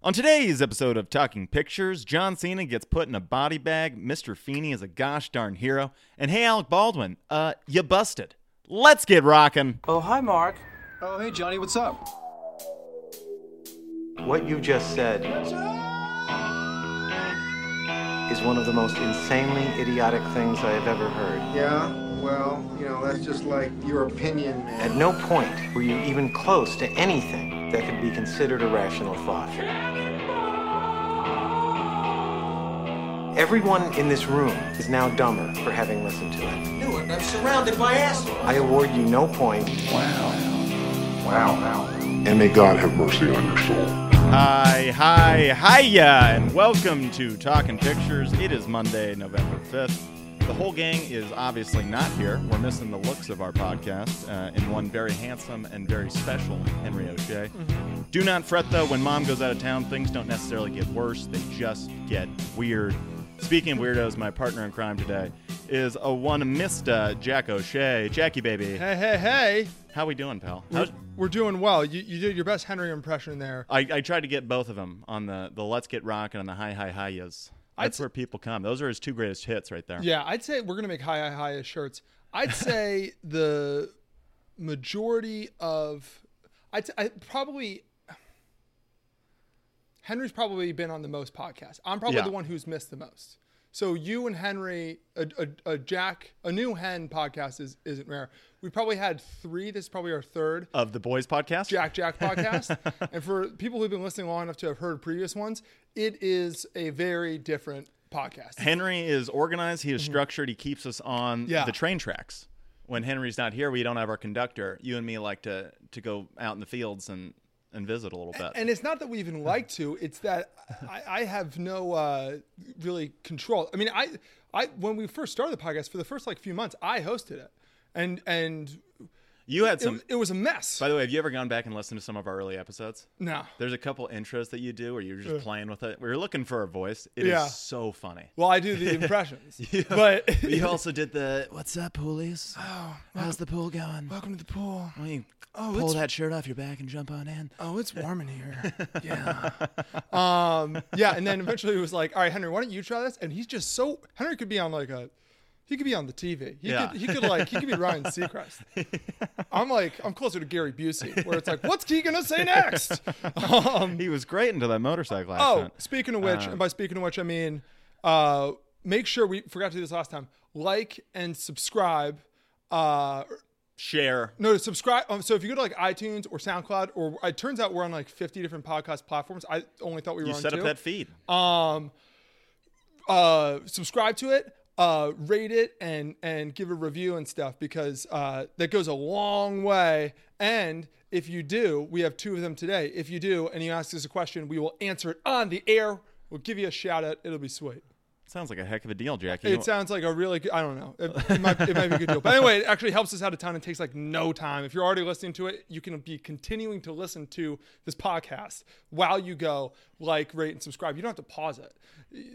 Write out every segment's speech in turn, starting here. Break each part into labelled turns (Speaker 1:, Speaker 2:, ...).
Speaker 1: On today's episode of Talking Pictures, John Cena gets put in a body bag, Mr. Feeney is a gosh darn hero, and hey, Alec Baldwin, uh, you busted. Let's get rockin'.
Speaker 2: Oh, hi, Mark.
Speaker 3: Oh, hey, Johnny, what's up?
Speaker 4: What you just said is one of the most insanely idiotic things I have ever heard.
Speaker 5: Yeah, well, you know, that's just like your opinion, man.
Speaker 4: At no point were you even close to anything that could be considered a rational thought. Everyone in this room is now dumber for having listened to it.
Speaker 6: do it. I'm surrounded by assholes.
Speaker 4: I award you no point.
Speaker 7: and may God have mercy on your soul.
Speaker 1: Hi, hi, hiya, and welcome to Talking Pictures. It is Monday, November 5th. The whole gang is obviously not here. We're missing the looks of our podcast uh, in one very handsome and very special Henry O'Shea.
Speaker 8: Mm-hmm.
Speaker 1: Do not fret, though. When mom goes out of town, things don't necessarily get worse, they just get weird. Speaking of weirdos, my partner in crime today is a one Mr. Jack O'Shea. Jackie, baby.
Speaker 8: Hey, hey, hey.
Speaker 1: How we doing, pal?
Speaker 8: We're,
Speaker 1: How's-
Speaker 8: we're doing well. You, you did your best Henry impression there.
Speaker 1: I, I tried to get both of them on the the Let's Get Rockin' on the Hi Hi Hi's. That's
Speaker 8: I'd-
Speaker 1: where people come. Those are his two greatest hits right there.
Speaker 8: Yeah, I'd say we're going to make high, high, high as shirts. I'd say the majority of, I'd say, I probably, Henry's probably been on the most podcasts. I'm probably
Speaker 1: Yeah.
Speaker 8: the one who's missed the most. So you and Henry, a, a, a Jack, a new Hen podcast is, isn't rare. We probably had three. This is probably our third.
Speaker 1: Of the boys podcast?
Speaker 8: Jack Jack podcast. and for people who've been listening long enough to have heard previous ones, it is a very different podcast.
Speaker 1: Henry is organized, he is structured, he keeps us on
Speaker 8: Mm-hmm. Yeah.
Speaker 1: the train tracks. When Henry's not here, we don't have our conductor. You and me like to to go out in the fields and, and visit a little bit.
Speaker 8: and it's not that we even like to; it's that I, I have no uh, really control. I mean, I, I when we first started the podcast for the first like few months, I hosted it, and and
Speaker 1: you had
Speaker 8: it,
Speaker 1: some
Speaker 8: it was a mess.
Speaker 1: by the way, have you ever gone back and listened to some of our early episodes?
Speaker 8: no,
Speaker 1: There's a couple intros that you do where you're just playing with it. We were looking for a voice. It is
Speaker 8: Yeah.
Speaker 1: so funny.
Speaker 8: well, I do the impressions, but
Speaker 1: you also did the what's up, poolies? Oh, how's the pool going?
Speaker 8: welcome to the pool.
Speaker 1: Why don't you
Speaker 8: Oh,
Speaker 1: pull
Speaker 8: it's-
Speaker 1: that shirt off your back and jump on in?
Speaker 8: Oh, it's warm in here. Yeah. um, yeah. And then eventually it was like, all right, Henry, why don't you try this? And he's just so Henry could be on like a he could be on the TV. He
Speaker 1: Yeah.
Speaker 8: could he could like he could be Ryan Seacrest. I'm like I'm closer to Gary Busey, where it's like, what's he gonna say next? Um,
Speaker 1: He was great into that motorcycle
Speaker 8: oh,
Speaker 1: accent. Uh,
Speaker 8: speaking of which, and by speaking of which I mean uh make sure we forgot to do this last time. Like and subscribe. Uh
Speaker 1: share.
Speaker 8: No, to subscribe. Um, so if you go to like iTunes or SoundCloud, or it turns out we're on like 50 different podcast platforms. I only thought we were
Speaker 1: You
Speaker 8: on
Speaker 1: set
Speaker 8: two.
Speaker 1: up that feed.
Speaker 8: um, uh, subscribe to it, uh, rate it, and and give a review and stuff because uh, that goes a long way. And if you do, we have two of them today. If you do, and you ask us a question, we will answer it on the air. We'll give you a shout out. It'll be sweet.
Speaker 1: Sounds like a heck of a deal, Jackie.
Speaker 8: It sounds like a really good, I don't know. It, it might, it might be a good deal. But anyway, it actually helps us out a ton. It takes like no time. If you're already listening to it, you can be continuing to listen to this podcast while you go like, rate, and subscribe. You don't have to pause it.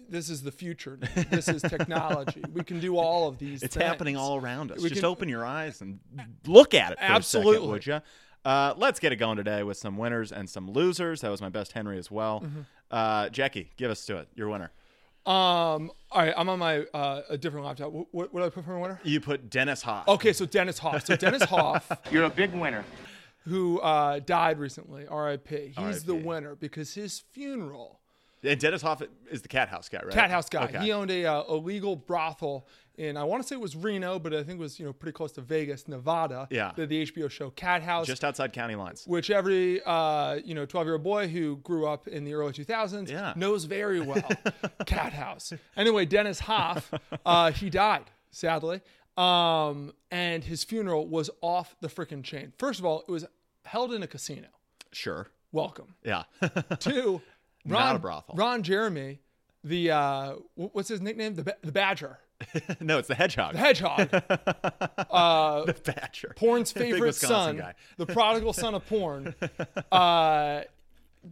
Speaker 8: This is the future. This is technology. we can do all of these
Speaker 1: it's
Speaker 8: things.
Speaker 1: happening all around us.
Speaker 8: We
Speaker 1: Just
Speaker 8: can-
Speaker 1: open your eyes and look at it. For A second,
Speaker 8: Absolutely.
Speaker 1: would you? Uh, let's get it going today with some winners and some losers. That was my best Henry as well.
Speaker 8: Mm-hmm.
Speaker 1: Uh, Jackie, give us to it. Your winner.
Speaker 8: Um, all right, I'm on my uh, a different laptop. What, what, what did I put for a winner?
Speaker 1: You put Dennis Hoff.
Speaker 8: Okay, so Dennis Hoff. So Dennis Hoff.
Speaker 2: You're a big winner.
Speaker 8: who uh, died recently, RIP. He's the
Speaker 1: RIP.
Speaker 8: winner because his funeral,
Speaker 1: And Dennis Hoff is the Cat House guy, right?
Speaker 8: Cat House guy,
Speaker 1: Okay.
Speaker 8: he owned a uh, illegal brothel in I want to say it was Reno, but I think it was you know pretty close to Vegas, Nevada.
Speaker 1: Yeah.
Speaker 8: The, the HBO show Cat House.
Speaker 1: Just outside county lines.
Speaker 8: which every uh, you know 12 year old boy who grew up in the early 2000s
Speaker 1: Yeah.
Speaker 8: knows very well cat house anyway dennis hoff uh, he died sadly um, and his funeral was off the freaking chain first of all it was held in a casino
Speaker 1: Sure.
Speaker 8: welcome
Speaker 1: Yeah.
Speaker 8: Two, Ron,
Speaker 1: Not a brothel.
Speaker 8: Ron Jeremy, the uh, wh- what's his nickname? The ba- the Badger,
Speaker 1: no, it's the Hedgehog.
Speaker 8: the Hedgehog,
Speaker 1: the Badger.
Speaker 8: porn's
Speaker 1: Big
Speaker 8: favorite
Speaker 1: Wisconsin
Speaker 8: son,
Speaker 1: guy.
Speaker 8: the prodigal son of porn, uh,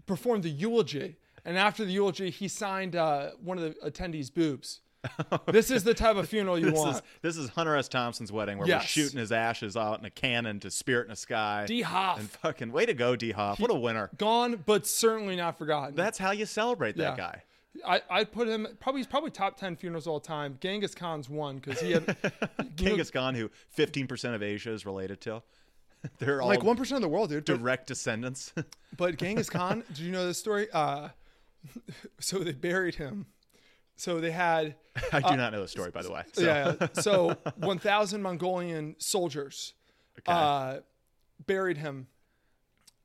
Speaker 8: performed the eulogy. And after the eulogy, he signed uh, one of the attendees' boobs This is the type of funeral you
Speaker 1: This
Speaker 8: want.
Speaker 1: is, this is Hunter S. Thompson's wedding where
Speaker 8: Yes.
Speaker 1: we're shooting his ashes out in a cannon to Spirit in the Sky.
Speaker 8: D Hoff.
Speaker 1: And fucking way to go, D Hop. What a winner.
Speaker 8: Gone, but certainly not forgotten.
Speaker 1: That's how you celebrate that
Speaker 8: Yeah.
Speaker 1: guy.
Speaker 8: I, I'd put him probably he's probably top ten funerals all time. Genghis Khan's one because he had
Speaker 1: Genghis Khan, who 15% of Asia is related to. They're all
Speaker 8: like one percent of the world, dude. but-
Speaker 1: direct descendants.
Speaker 8: But Genghis Khan, do you know this story? Uh, so they buried him. So they had
Speaker 1: I do not know the story, by the way. So,
Speaker 8: Uh, yeah. yeah. So 1,000 Mongolian soldiers uh, buried him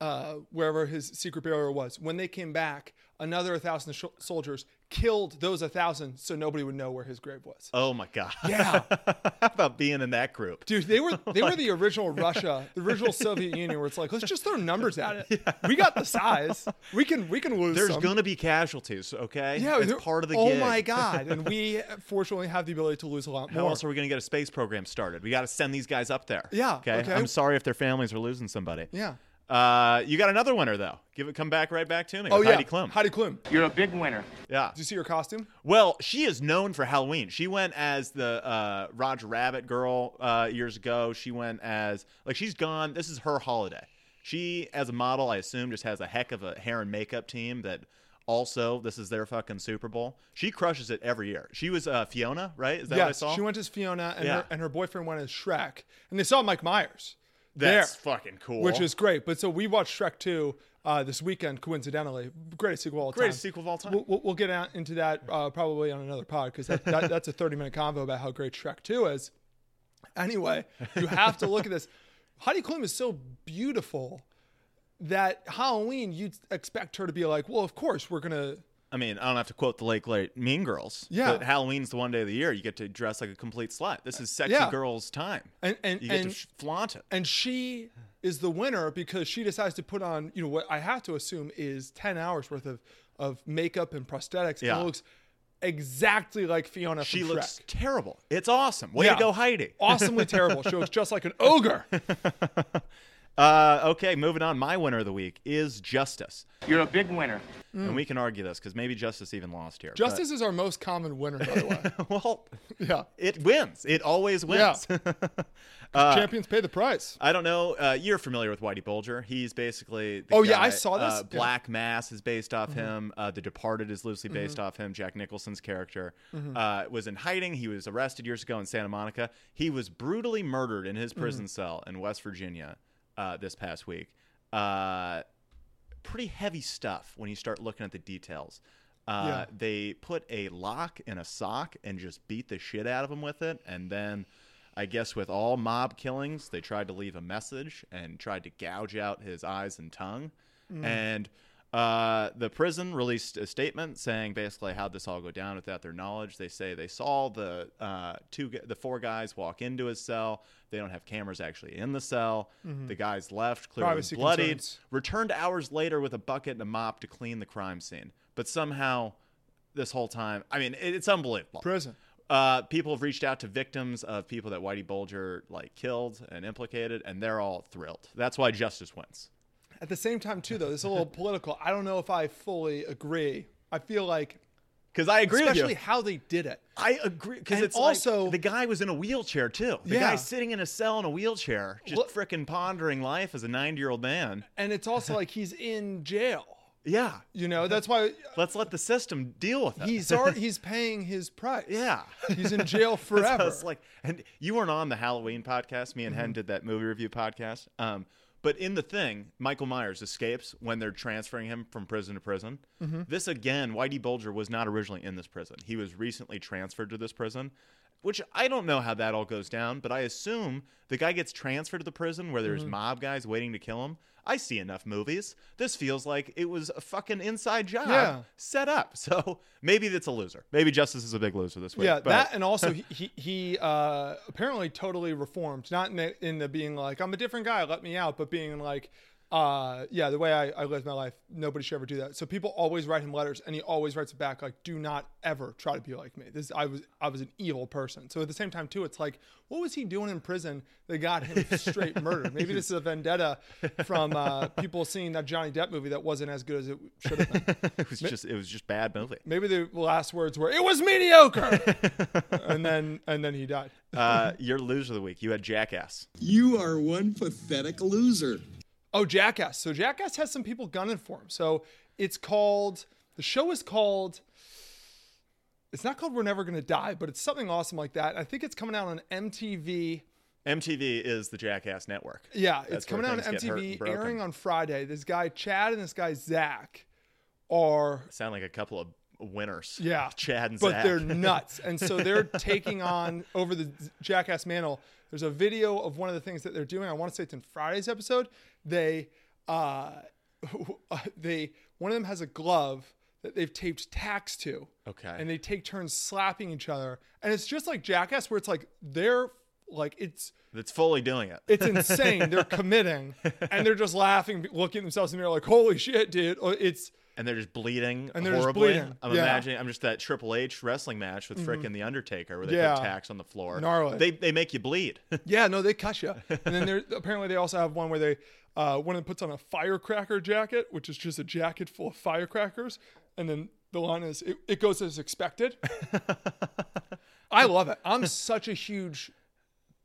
Speaker 8: uh, wherever his secret burial was. When they came back, another 1,000 sh- soldiers killed those 1,000 so nobody would know where his grave was.
Speaker 1: Oh my God.
Speaker 8: Yeah.
Speaker 1: How about being in that group?
Speaker 8: Dude, they were they were the original Russia, the original Soviet Union, where it's like, let's just throw numbers at it. We got the size. We can we can lose.
Speaker 1: There's
Speaker 8: some.
Speaker 1: going to be casualties, okay?
Speaker 8: Yeah,
Speaker 1: it's
Speaker 8: they're-
Speaker 1: part of the
Speaker 8: Oh
Speaker 1: gig.
Speaker 8: my god! And we fortunately have the ability to lose a lot
Speaker 1: How
Speaker 8: more.
Speaker 1: else are we going to get a space program started? We got to send these guys up there.
Speaker 8: Yeah,
Speaker 1: Okay?
Speaker 8: okay.
Speaker 1: I'm sorry if their families are losing somebody.
Speaker 8: yeah.
Speaker 1: Uh, you got another winner though. Give it. Come back right back to me.
Speaker 8: Oh
Speaker 1: with
Speaker 8: yeah.
Speaker 1: Heidi Klum.
Speaker 8: Heidi Klum. Did
Speaker 1: yeah.
Speaker 8: you see her costume?
Speaker 1: Well, she is known for Halloween. She went as the uh, Roger Rabbit girl uh, years ago. She went as like she's gone. This is her holiday. She, as a model, I assume, just has a heck of a hair and makeup team that. Also, this is their fucking Super Bowl. She crushes it every year. She was uh, Fiona, right? Is that what I
Speaker 8: Yes.
Speaker 1: saw?
Speaker 8: She went as Fiona, and
Speaker 1: Yeah.
Speaker 8: her and her boyfriend went as Shrek, and they saw Mike Myers.
Speaker 1: That's
Speaker 8: there,
Speaker 1: fucking cool.
Speaker 8: which is great. But so we watched Shrek two uh, this weekend, coincidentally. Greatest sequel of all time.
Speaker 1: Greatest sequel of all time.
Speaker 8: We'll, we'll, we'll get out into that uh, probably on another pod because that, that, that's a thirty minute convo about how great Shrek two is. Anyway, you have to look at this. Heidi Klum is so beautiful that Halloween you'd expect her to be like, well, of course we're gonna.
Speaker 1: I mean, I don't have to quote the late, late Mean Girls.
Speaker 8: Yeah.
Speaker 1: But Halloween's the one day of the year you get to dress like a complete slut. This is sexy
Speaker 8: Yeah.
Speaker 1: girls' time.
Speaker 8: And- and-
Speaker 1: you get to
Speaker 8: and-
Speaker 1: sh- flaunt it.
Speaker 8: and she is the winner because she decides to put on you know what I have to assume is ten hours worth of of makeup and prosthetics
Speaker 1: Yeah.
Speaker 8: and looks exactly like Fiona.
Speaker 1: She
Speaker 8: from
Speaker 1: looks
Speaker 8: Shrek.
Speaker 1: terrible. It's awesome. Way
Speaker 8: Yeah.
Speaker 1: to go, Heidi.
Speaker 8: awesomely terrible. She looks just like an ogre.
Speaker 1: Uh, okay, moving on. My winner of the week is Justice. You're a big winner. And we can argue this because maybe Justice even lost here. but-
Speaker 8: Mm. Justice is our most common winner, by the way.
Speaker 1: well,
Speaker 8: Yeah,
Speaker 1: it wins. It always wins. Uh,
Speaker 8: champions pay the price.
Speaker 1: I don't know. Uh, you're familiar with Whitey Bulger. He's basically. The
Speaker 8: Oh, yeah, I
Speaker 1: guy-
Speaker 8: saw this.
Speaker 1: Uh,
Speaker 8: Yeah. Mm-hmm.
Speaker 1: Black Mass is based off him. Uh, the Departed is loosely based off him. Jack Nicholson's character
Speaker 8: Mm-hmm.
Speaker 1: uh, was in hiding. He was arrested years ago in Santa Monica. He was brutally murdered in his prison
Speaker 8: Mm-hmm.
Speaker 1: cell in West Virginia uh, this past week. Uh, pretty heavy stuff when you start looking at the details. Uh,
Speaker 8: Yeah.
Speaker 1: They put a lock in a sock and just beat the shit out of him with it. And then, I guess, with all mob killings, they tried to leave a message and tried to gouge out his eyes and tongue.
Speaker 8: Mm.
Speaker 1: And uh, the prison released a statement saying basically how this all go down without their knowledge. They say they saw the uh, two, gu- the four guys walk into his cell. They don't have cameras actually in the cell. The guys left clearly
Speaker 8: Mm-hmm. Privacy
Speaker 1: bloodied.
Speaker 8: concerns.
Speaker 1: Returned hours later with a bucket and a mop to clean the crime scene. But somehow, this whole time, I mean, it, it's unbelievable.
Speaker 8: Prison.
Speaker 1: Uh, people have reached out to victims of people that Whitey Bulger like killed and implicated, and they're all thrilled. That's why justice wins.
Speaker 8: At the same time, too, though, this is a little political. I don't know if I fully agree. I feel like,
Speaker 1: Because I agree
Speaker 8: especially
Speaker 1: with you.
Speaker 8: how they did it.
Speaker 1: I agree because
Speaker 8: And
Speaker 1: it's like,
Speaker 8: also-
Speaker 1: the guy was in a wheelchair too. The
Speaker 8: Yeah.
Speaker 1: guy sitting in a cell in a wheelchair, just
Speaker 8: Well-
Speaker 1: frickin' pondering life as a ninety-year-old man.
Speaker 8: And it's also like he's in jail.
Speaker 1: Yeah,
Speaker 8: You know, that's why
Speaker 1: let's let the system deal with it.
Speaker 8: he's already, he's paying his price.
Speaker 1: yeah.
Speaker 8: He's in jail
Speaker 1: That's
Speaker 8: forever. Mm-hmm.
Speaker 1: how it's like, and you weren't on the Halloween podcast. Me and Hen did that movie review podcast. Um, but in the thing, Michael Myers escapes when they're transferring him from prison to prison.
Speaker 8: Mm-hmm.
Speaker 1: This again, Whitey Bulger was not originally in this prison. He was recently transferred to this prison, which I don't know how that all goes down. But I assume the guy gets transferred to the prison where
Speaker 8: Mm-hmm.
Speaker 1: there's mob guys waiting to kill him. I see enough movies. This feels like it was a fucking inside job
Speaker 8: Yeah.
Speaker 1: set up. So maybe that's a loser. Maybe Justice is a big loser this week.
Speaker 8: yeah,
Speaker 1: but-
Speaker 8: that and also he he, he uh, apparently totally reformed. Not in the, in the being like I'm a different guy, let me out, but being like Uh, yeah, the way I, I lived my life, nobody should ever do that. So people always write him letters, and he always writes it back like, "Do not ever try to be like me." This I was I was an evil person. So at the same time too, it's like, what was he doing in prison that got him straight murdered? Maybe this is a vendetta from uh, people seeing that Johnny Depp movie that wasn't as good as it should have been.
Speaker 1: It was just it was just bad movie.
Speaker 8: Maybe the last words were, "It was mediocre," and then and then he died.
Speaker 1: Uh, your loser of the week. You had Jackass.
Speaker 2: You are one pathetic loser.
Speaker 8: Oh, Jackass. So Jackass has some people gunning for him. So it's called the show is called it's not called We're Never Gonna Die, but it's something awesome like that. I think it's coming out on MTV.
Speaker 1: MTV is the Jackass network.
Speaker 8: Yeah,
Speaker 1: That's
Speaker 8: it's coming
Speaker 1: where
Speaker 8: out on
Speaker 1: things get hurt and
Speaker 8: MTV,
Speaker 1: broken.
Speaker 8: airing on Friday. This guy Chad and this guy Zach are
Speaker 1: Sound like a couple of winners.
Speaker 8: Yeah.
Speaker 1: Chad and
Speaker 8: but
Speaker 1: Zach.
Speaker 8: they're nuts. And so they're taking on over the Jackass mantle. There's a video of one of the things that they're doing. I want to say it's in Friday's episode. They, uh, they one of them has a glove that they've taped tacks to.
Speaker 1: Okay.
Speaker 8: And they take turns slapping each other, and it's just like Jackass, where it's like they're like it's
Speaker 1: That's fully doing it.
Speaker 8: it's insane. they're committing, and they're just laughing, looking at themselves in the mirror, like "Holy shit, dude!" Or It's
Speaker 1: and they're just bleeding
Speaker 8: And they're just
Speaker 1: horribly.
Speaker 8: bleeding,
Speaker 1: I'm
Speaker 8: yeah. Mm-hmm.
Speaker 1: imagining. I'm just that Triple H wrestling match with frickin' the Undertaker where they
Speaker 8: Yeah.
Speaker 1: put tacks on the floor.
Speaker 8: Gnarly.
Speaker 1: They they make you bleed.
Speaker 8: Yeah, no, they cut you. And then there apparently they also have one where they uh, one of them puts on a firecracker jacket, which is just a jacket full of firecrackers, and then the line is it, it goes as expected. I love it. I'm such a huge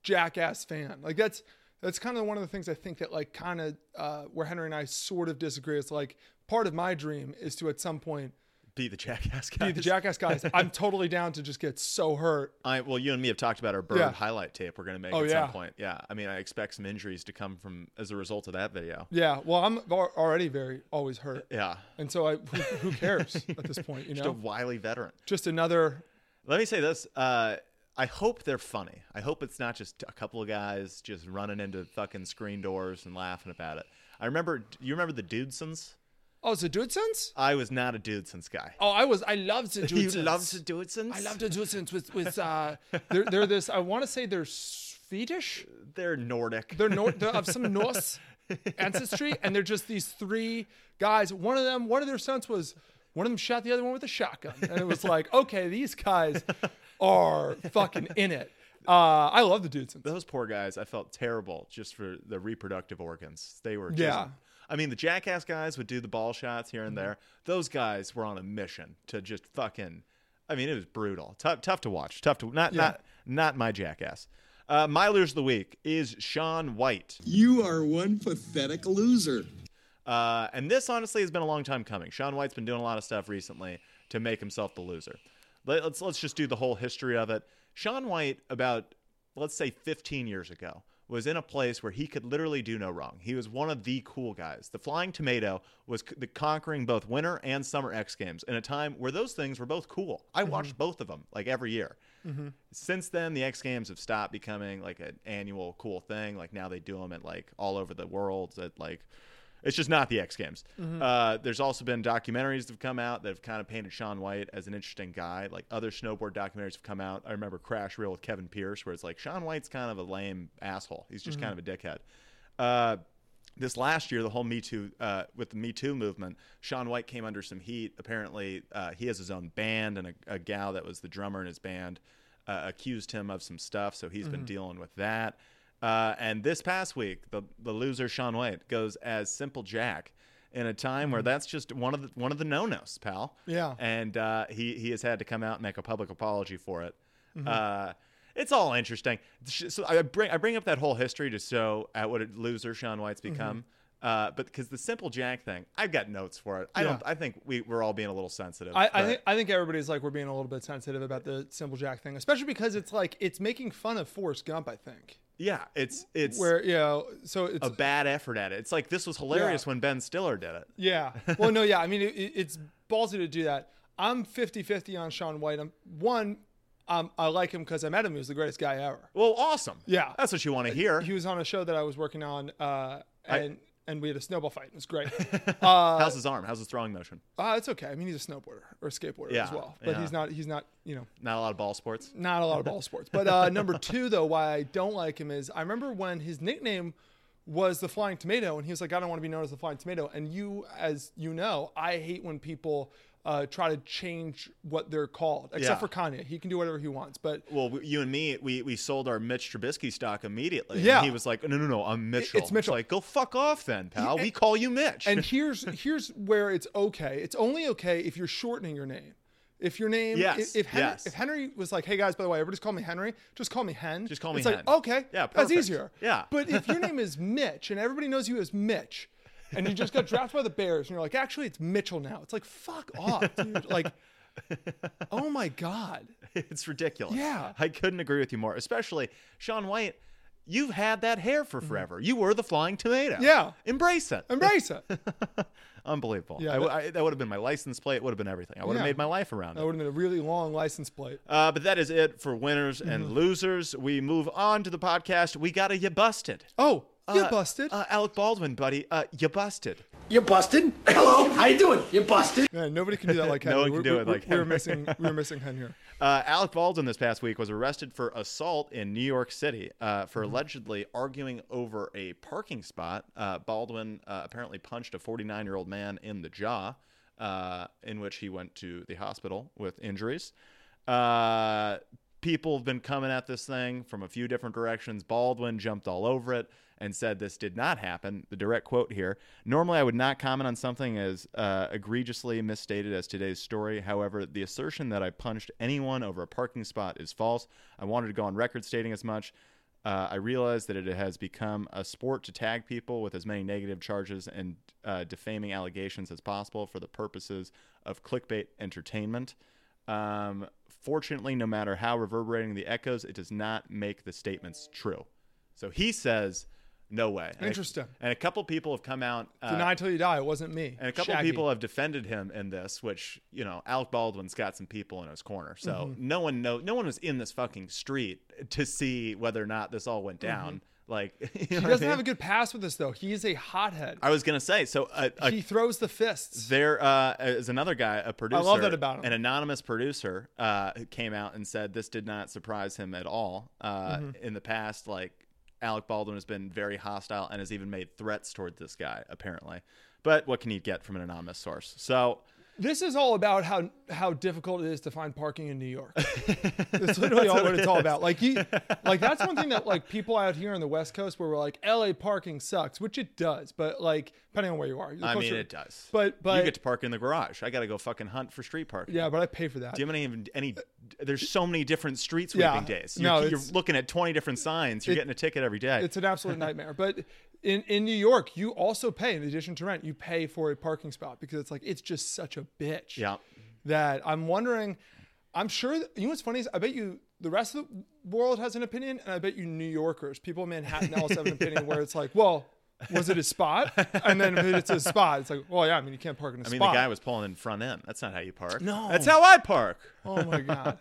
Speaker 8: jackass fan. Like that's that's kind of one of the things I think that like kind of uh, where Henry and I sort of disagree. It's like part of my dream is to at some point
Speaker 1: Be the Jackass guy.
Speaker 8: be the jackass guys. I'm totally down to just get so hurt.
Speaker 1: I, well, you and me have talked about our bird
Speaker 8: Yeah.
Speaker 1: highlight tape we're going to make
Speaker 8: Oh,
Speaker 1: at
Speaker 8: yeah.
Speaker 1: some point. Yeah. I mean, I expect some injuries to come from as a result of that video.
Speaker 8: Yeah. Well, I'm al- already very always hurt.
Speaker 1: Yeah.
Speaker 8: And so I, who, who cares at this point, you
Speaker 1: Just a
Speaker 8: know?
Speaker 1: wily veteran.
Speaker 8: Just another.
Speaker 1: Let me say this. Uh, I hope they're funny. I hope it's not just a couple of guys just running into fucking screen doors and laughing about it. I remember, you remember the Dudesons?
Speaker 8: Oh, it's a Dudesons?
Speaker 1: I was not a Dudesons guy.
Speaker 8: Oh, I was. I loved the
Speaker 1: you
Speaker 8: Dudesons.
Speaker 1: love the Dudesons?
Speaker 8: I loved the Dudesons with with uh. They're they're this. I want to say they're Swedish.
Speaker 1: They're Nordic.
Speaker 8: They're nor they're of some Norse ancestry, and they're just these three guys. One of them, one of their sons was. One of them shot the other one with a shotgun, and it was like, okay, these guys are fucking in it. Uh, I love the Dudesons.
Speaker 1: those poor guys, I felt terrible just for the reproductive organs. They were just,
Speaker 8: Yeah.
Speaker 1: I mean, the jackass guys would do the ball shots here and there. Those guys were on a mission to just fucking. I mean, it was brutal. Tough, tough to watch. Tough to not not not my jackass. Uh, my loser of the week is Sean White,
Speaker 2: You are one pathetic loser.
Speaker 1: uh, and this honestly has been a long time coming. Sean White's been doing a lot of stuff recently to make himself the loser. Let, let's let's just do the whole history of it. Sean White, about let's say 15 years ago, was in a place where he could literally do no wrong. He was one of the cool guys. The Flying Tomato was c- the conquering both Winter and Summer X Games in a time where those things were both cool. I watched both of them like every year. Since then, the X Games have stopped becoming like an annual cool thing. Like now they do them at like all over the world at like it's just not the X Games. Uh, there's also been documentaries that have come out that have kind of painted Sean White as an interesting guy. Like other snowboard documentaries have come out. I remember Crash Reel with Kevin Pierce, where it's like Sean White's kind of a lame asshole. He's just kind of a dickhead. Uh, this last year, the whole Me Too uh, with the Me Too movement, Sean White came under some heat. Apparently, uh, he has his own band, and a, a gal that was the drummer in his band uh, accused him of some stuff. So he's been dealing with that. Uh, and this past week, the the loser Sean White goes as Simple Jack in a time where that's just one of the one of the no nos, pal.
Speaker 8: Yeah.
Speaker 1: and uh, he he has had to come out and make a public apology for it.
Speaker 8: Mm-hmm.
Speaker 1: Uh, it's all interesting. Sh- So I bring I bring up that whole history to show at what a loser Sean White's
Speaker 8: Mm-hmm.
Speaker 1: become. Uh, but because the simple Jack thing, I've got notes for it. I don't. I think we we're all being a little sensitive.
Speaker 8: I, I
Speaker 1: but-
Speaker 8: think I think everybody's like we're being a little bit sensitive about the simple Jack thing, especially because it's like it's making fun of Forrest Gump. I think
Speaker 1: yeah, it's it's
Speaker 8: where you know, so it's
Speaker 1: a bad effort at it. It's like this was hilarious
Speaker 8: Yeah.
Speaker 1: when Ben Stiller did it.
Speaker 8: yeah. Well, no, yeah. I mean, it, it- it's ballsy to do that. I'm 50-50 on Sean White. I'm one. Um, I like him because I met him. He was the greatest guy ever.
Speaker 1: Well, awesome.
Speaker 8: Yeah. Uh,
Speaker 1: that's what you want to hear.
Speaker 8: He was on a show that I was working on, uh, and and we had a snowball fight. It was great.
Speaker 1: How's his arm? How's his throwing motion?
Speaker 8: uh, it's okay. I mean, he's a snowboarder or a skateboarder as
Speaker 1: Yeah,
Speaker 8: well, but
Speaker 1: yeah.
Speaker 8: he's not. He's not. You know,
Speaker 1: Not a lot of ball sports.
Speaker 8: not a lot of ball sports. But uh, number two, though, why I don't like him is I remember when his nickname was the Flying Tomato, and he was like, I don't want to be known as the Flying Tomato. And you, as you know, I hate when people uh, try to change what they're called, except
Speaker 1: Yeah.
Speaker 8: for Kanye. He can do whatever he wants, but
Speaker 1: Well, w- you and me, we, we sold our Mitch Trubisky stock immediately. and
Speaker 8: Yeah.
Speaker 1: he was like, no, no, no, I'm Mitchell.
Speaker 8: Mitchell.
Speaker 1: like, go fuck off then, pal. we call you Mitch.
Speaker 8: and here's here's where it's okay. It's only okay if you're shortening your name. If your name,
Speaker 1: Yes,
Speaker 8: if if Henry,
Speaker 1: yes.
Speaker 8: if Henry was like, "Hey guys, by the way, everybody's call me Henry. Just call me Hen."
Speaker 1: Just call me
Speaker 8: it's
Speaker 1: Hen.
Speaker 8: Like, okay,
Speaker 1: Yeah,
Speaker 8: that's
Speaker 1: perfect.
Speaker 8: easier.
Speaker 1: Yeah.
Speaker 8: but if your name is Mitch and everybody knows you as Mitch, and you just got drafted by the Bears, and you're like, "Actually, it's Mitchell now." It's like, fuck off, dude. Like, oh my god.
Speaker 1: it's ridiculous.
Speaker 8: Yeah.
Speaker 1: I couldn't agree with you more. Especially Sean White, you've had that hair for forever. You were the flying tomato.
Speaker 8: Mm-hmm. Yeah.
Speaker 1: Embrace it.
Speaker 8: Embrace it. That
Speaker 1: Unbelievable.
Speaker 8: Yeah,
Speaker 1: I w-
Speaker 8: that-
Speaker 1: I- that would have been my license plate. It would have been everything. I would have
Speaker 8: Yeah.
Speaker 1: made my life around it.
Speaker 8: would have been a really long license plate.
Speaker 1: Uh, but that is it for winners
Speaker 8: Mm-hmm.
Speaker 1: and losers. We move on to the podcast. We got a You Busted.
Speaker 8: Oh, you
Speaker 1: Uh,
Speaker 8: busted.
Speaker 1: Uh, Alec Baldwin, buddy. Uh, you busted.
Speaker 6: You busted? Hello, how you doing? You busted?
Speaker 8: Man, nobody can do that like
Speaker 1: No one
Speaker 8: Henry.
Speaker 1: can
Speaker 8: We're-
Speaker 1: do
Speaker 8: we're-
Speaker 1: it like
Speaker 8: we were
Speaker 1: Henry.
Speaker 8: missing. We were missing Hen here.
Speaker 1: Uh, Alec Baldwin this past week was arrested for assault in New York City uh, for allegedly arguing over a parking spot. Uh, Baldwin uh, apparently punched a 49 year old man in the jaw, uh, in which he went to the hospital with injuries. Uh, people have been coming at this thing from a few different directions. Baldwin jumped all over it and said this did not happen. The direct quote here Normally, I would not comment on something as uh, egregiously misstated as today's story. However, the assertion that I punched anyone over a parking spot is false. I wanted to go on record stating as much. Uh, I realize that it has become a sport to tag people with as many negative charges and uh, defaming allegations as possible for the purposes of clickbait entertainment. Um, fortunately, no matter how reverberating the echoes, it does not make the statements true. So he says, no way. And a-
Speaker 8: Interesting.
Speaker 1: and a couple people have come out. Uh,
Speaker 8: Deny till you die. It wasn't me.
Speaker 1: and a couple
Speaker 8: Shaggy.
Speaker 1: people have defended him in this, which you know Alec Baldwin's got some people in his corner. So
Speaker 8: Mm-hmm.
Speaker 1: no one know, no one was in this fucking street to see whether or not this all went down. Like you know
Speaker 8: He
Speaker 1: what I
Speaker 8: Mm-hmm. doesn't
Speaker 1: mean?
Speaker 8: have a good pass with this though. He is a hothead.
Speaker 1: I was gonna say so. A, a,
Speaker 8: he throws the fists.
Speaker 1: there uh, is another guy, a producer.
Speaker 8: that about him.
Speaker 1: An anonymous producer uh, who came out and said this did not surprise him at all. Uh,
Speaker 8: Mm-hmm.
Speaker 1: In the past, like Alec Baldwin has been very hostile and has even made threats toward this guy, apparently. But what can you get from an anonymous source? So
Speaker 8: This is all about how how difficult it is to find parking in New York. That's literally all what it's all about. Like he, like that's one thing that like people out here on the West Coast where we're like LA parking sucks, which it does, but like depending on where you are. the
Speaker 1: I mean,
Speaker 8: closer-
Speaker 1: it does.
Speaker 8: But but
Speaker 1: you get to park in the garage. I got to go fucking hunt for street parking.
Speaker 8: yeah, but I pay for that.
Speaker 1: Do you have any, any? There's so many different street sweeping
Speaker 8: Yeah.
Speaker 1: days. You're,
Speaker 8: No,
Speaker 1: you're
Speaker 8: it's-
Speaker 1: looking at 20 different signs. You're getting a ticket every day.
Speaker 8: it's an absolute nightmare. But in, in New York, you also pay, in addition to rent, you pay for a parking spot because it's like, it's just such a bitch.
Speaker 1: Yeah.
Speaker 8: That I'm wondering, I'm sure, that, you know what's funny is I bet you the rest of the world has an opinion, and I bet you New Yorkers, people in Manhattan also have an opinion where it's like, well, was it a spot? And then if it's a spot, it's like, well, yeah, I mean, you can't park in a
Speaker 1: I mean,
Speaker 8: spot.
Speaker 1: the guy was pulling in front end. That's not how you park.
Speaker 8: No.
Speaker 1: that's how I park.
Speaker 8: oh my God.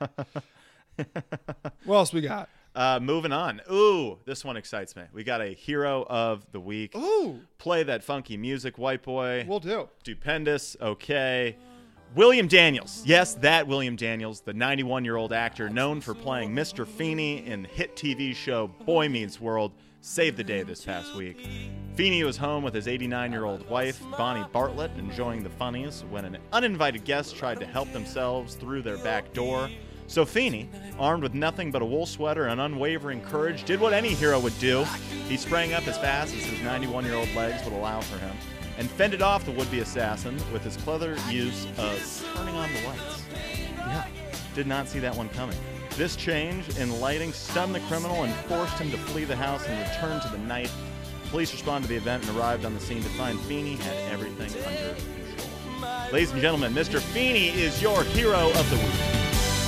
Speaker 8: what else we got?
Speaker 1: Uh, moving on. Ooh, this one excites me. We got a hero of the week.
Speaker 8: Ooh,
Speaker 1: Play that funky music, white boy.
Speaker 8: we'll do.
Speaker 1: Stupendous. Okay. William Daniels. Yes, that William Daniels, the 91 year old actor known for playing Mr. Feeney in the hit TV show Boy Meets World, saved the day this past week. Feeney was home with his 89 year old wife, Bonnie Bartlett, enjoying the funnies when an uninvited guest tried to help themselves through their back door. So Feeney, armed with nothing but a wool sweater and unwavering courage, did what any hero would do. He sprang up as fast as his 91 year old legs would allow for him and fended off the would be assassin with his clever use of turning on the lights. Yeah, did not see that one coming. This change in lighting stunned the criminal and forced him to flee the house and return to the night. Police responded to the event and arrived on the scene to find Feeney had everything under control. Ladies and gentlemen, Mr. Feeney is your hero of the week.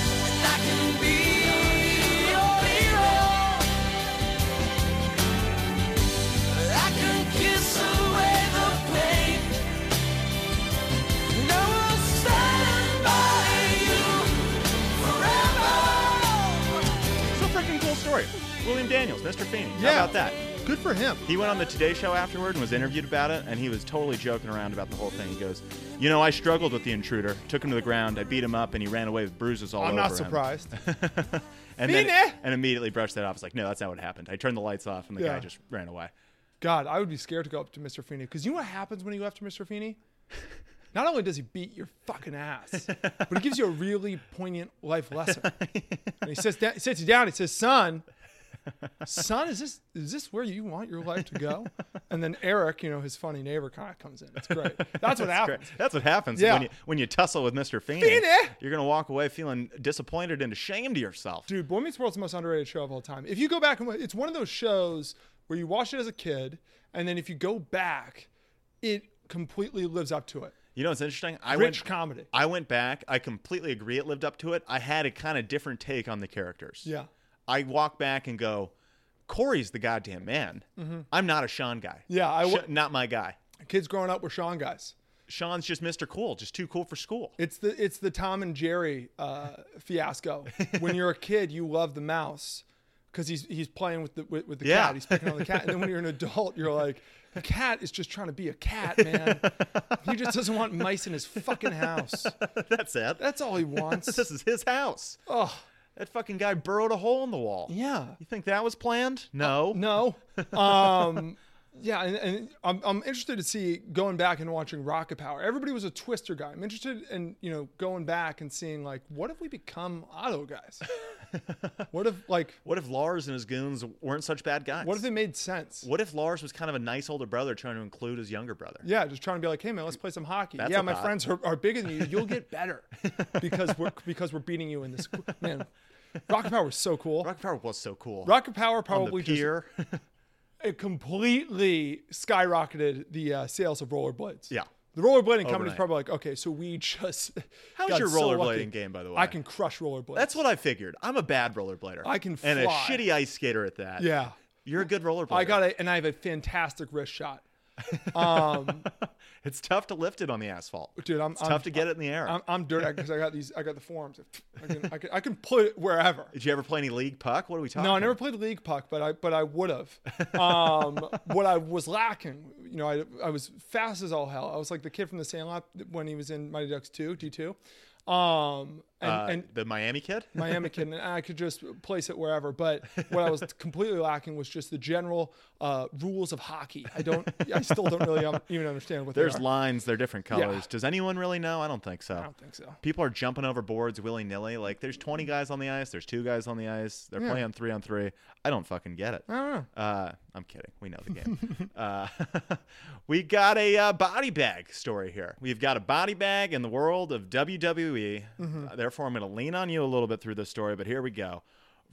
Speaker 1: So freaking cool story. William Daniels, Mr. Feeney. How
Speaker 8: Yeah.
Speaker 1: about that?
Speaker 8: Good for him.
Speaker 1: He went on the Today Show afterward and was interviewed about it, and he was totally joking around about the whole thing. He goes, "You know, I struggled with the intruder, took him to the ground, I beat him up, and he ran away with bruises all
Speaker 8: I'm
Speaker 1: over
Speaker 8: not
Speaker 1: him."
Speaker 8: surprised.
Speaker 1: and then
Speaker 8: Feeney!
Speaker 1: and immediately brushed that off. It's like, no, that's not what happened. I turned the lights off, and the guy
Speaker 8: Yeah.
Speaker 1: just ran away.
Speaker 8: God, I would be scared to go up to Mr. Feeney because you know what happens when you go after Mr. Feeney? Not only does he beat your fucking ass, but he gives you a really poignant life lesson. And he sits, down, he sits you down. He says, "Son, son, is this is this where you want your life to go?" And then Eric, you know, his funny neighbor, kind of comes in. It's great. That's what
Speaker 1: Great.
Speaker 8: happens.
Speaker 1: That's what happens
Speaker 8: Yeah.
Speaker 1: when you when you tussle with Mr. Feeney.
Speaker 8: Feeney!
Speaker 1: You're gonna walk away feeling disappointed and ashamed of yourself.
Speaker 8: Dude, Boy Meets World's the most underrated show of all time. If you go back and wa- it's one of those shows where you watch it as a kid, and then if you go back, it completely lives up to it.
Speaker 1: You know what's interesting? I
Speaker 8: Rich
Speaker 1: went
Speaker 8: comedy.
Speaker 1: I went back. I completely agree. It lived up to it. I had a kind of different take on the characters.
Speaker 8: Yeah.
Speaker 1: I walk back and go, Corey's the goddamn man. I'm not a Sean guy.
Speaker 8: Mm-hmm. Yeah, I
Speaker 1: Sha-
Speaker 8: wa-
Speaker 1: not my guy.
Speaker 8: Kids growing up were Sean guys.
Speaker 1: Sean's just Mr. Cool, just too cool for school.
Speaker 8: It's the it's the Tom and Jerry uh, fiasco. when you're a kid, you love the mouse because he's he's playing with the with, with the
Speaker 1: Yeah.
Speaker 8: cat. He's picking on the cat, and then when you're an adult, you're like, the cat is just trying to be a cat, man. he just doesn't want mice in his fucking house.
Speaker 1: That's it.
Speaker 8: That's all he wants.
Speaker 1: this is his house.
Speaker 8: Ugh.
Speaker 1: That fucking guy burrowed a hole in the wall.
Speaker 8: Yeah. Uh,
Speaker 1: You think that was planned? No.
Speaker 8: No. Um, yeah, and, and I'm, I'm interested to see going back and watching Rocket Power. Everybody was a Twister guy. I'm interested in you know going back and seeing like what if we become auto guys? what if like
Speaker 1: What if Lars and his goons weren't such bad guys?
Speaker 8: what if they made sense?
Speaker 1: What if Lars was kind of a nice older brother trying to include his younger brother?
Speaker 8: Yeah, just trying to be like, hey man, let's play some hockey.
Speaker 1: That's
Speaker 8: yeah,
Speaker 1: a
Speaker 8: my
Speaker 1: thought.
Speaker 8: friends are, are bigger than you. You'll get better because we're because we're beating you in this. Man, Rocket Power was so cool.
Speaker 1: Rocket Power was so cool.
Speaker 8: Rocket Power
Speaker 1: on
Speaker 8: probably
Speaker 1: the
Speaker 8: just
Speaker 1: pier.
Speaker 8: it completely skyrocketed the uh, sales of rollerblades.
Speaker 1: Yeah.
Speaker 8: The rollerblading company's
Speaker 1: Overnight.
Speaker 8: probably like, okay, so we just.
Speaker 1: How's
Speaker 8: got
Speaker 1: your
Speaker 8: so lucky.
Speaker 1: rollerblading game, by the way?
Speaker 8: I can crush rollerblades.
Speaker 1: That's what I figured. I'm a bad rollerblader.
Speaker 8: I can
Speaker 1: And a
Speaker 8: fly.
Speaker 1: shitty ice skater at that.
Speaker 8: Yeah.
Speaker 1: You're a good rollerblader.
Speaker 8: I got it, and I have a fantastic wrist shot.
Speaker 1: It's tough to lift it on the asphalt.
Speaker 8: Dude, I'm.
Speaker 1: It's
Speaker 8: I'm-
Speaker 1: tough to get it in the air.
Speaker 8: I'm, I'm dirty because I got these. I got the forms. I can, I can, I can put it wherever.
Speaker 1: Did you ever play any league puck? What are we talking?
Speaker 8: No, I never played league puck, but I but I would have. Um, what I was lacking, you know, I, I was fast as all hell. I was like the kid from the Sandlot when he was in Mighty Ducks two D two, um, and,
Speaker 1: Uh,
Speaker 8: and
Speaker 1: the Miami kid.
Speaker 8: Miami kid, and I could just place it wherever. But what I was completely lacking was just the general uh, rules of hockey. I don't, I still don't really um, even understand what
Speaker 1: There's
Speaker 8: they are.
Speaker 1: lines. They're different colors. Does anyone really know? I don't think so.
Speaker 8: I don't think so.
Speaker 1: People are jumping over boards willy nilly. Like there's 20 guys on the ice. There's two guys on the ice. They're playing three on three. I don't fucking get it. Uh, I'm kidding. We know the game. uh, we got a uh, body bag story here. We've got a body bag in the world of WWE. Uh, therefore, I'm going to lean on you a little bit through this story. But here we go.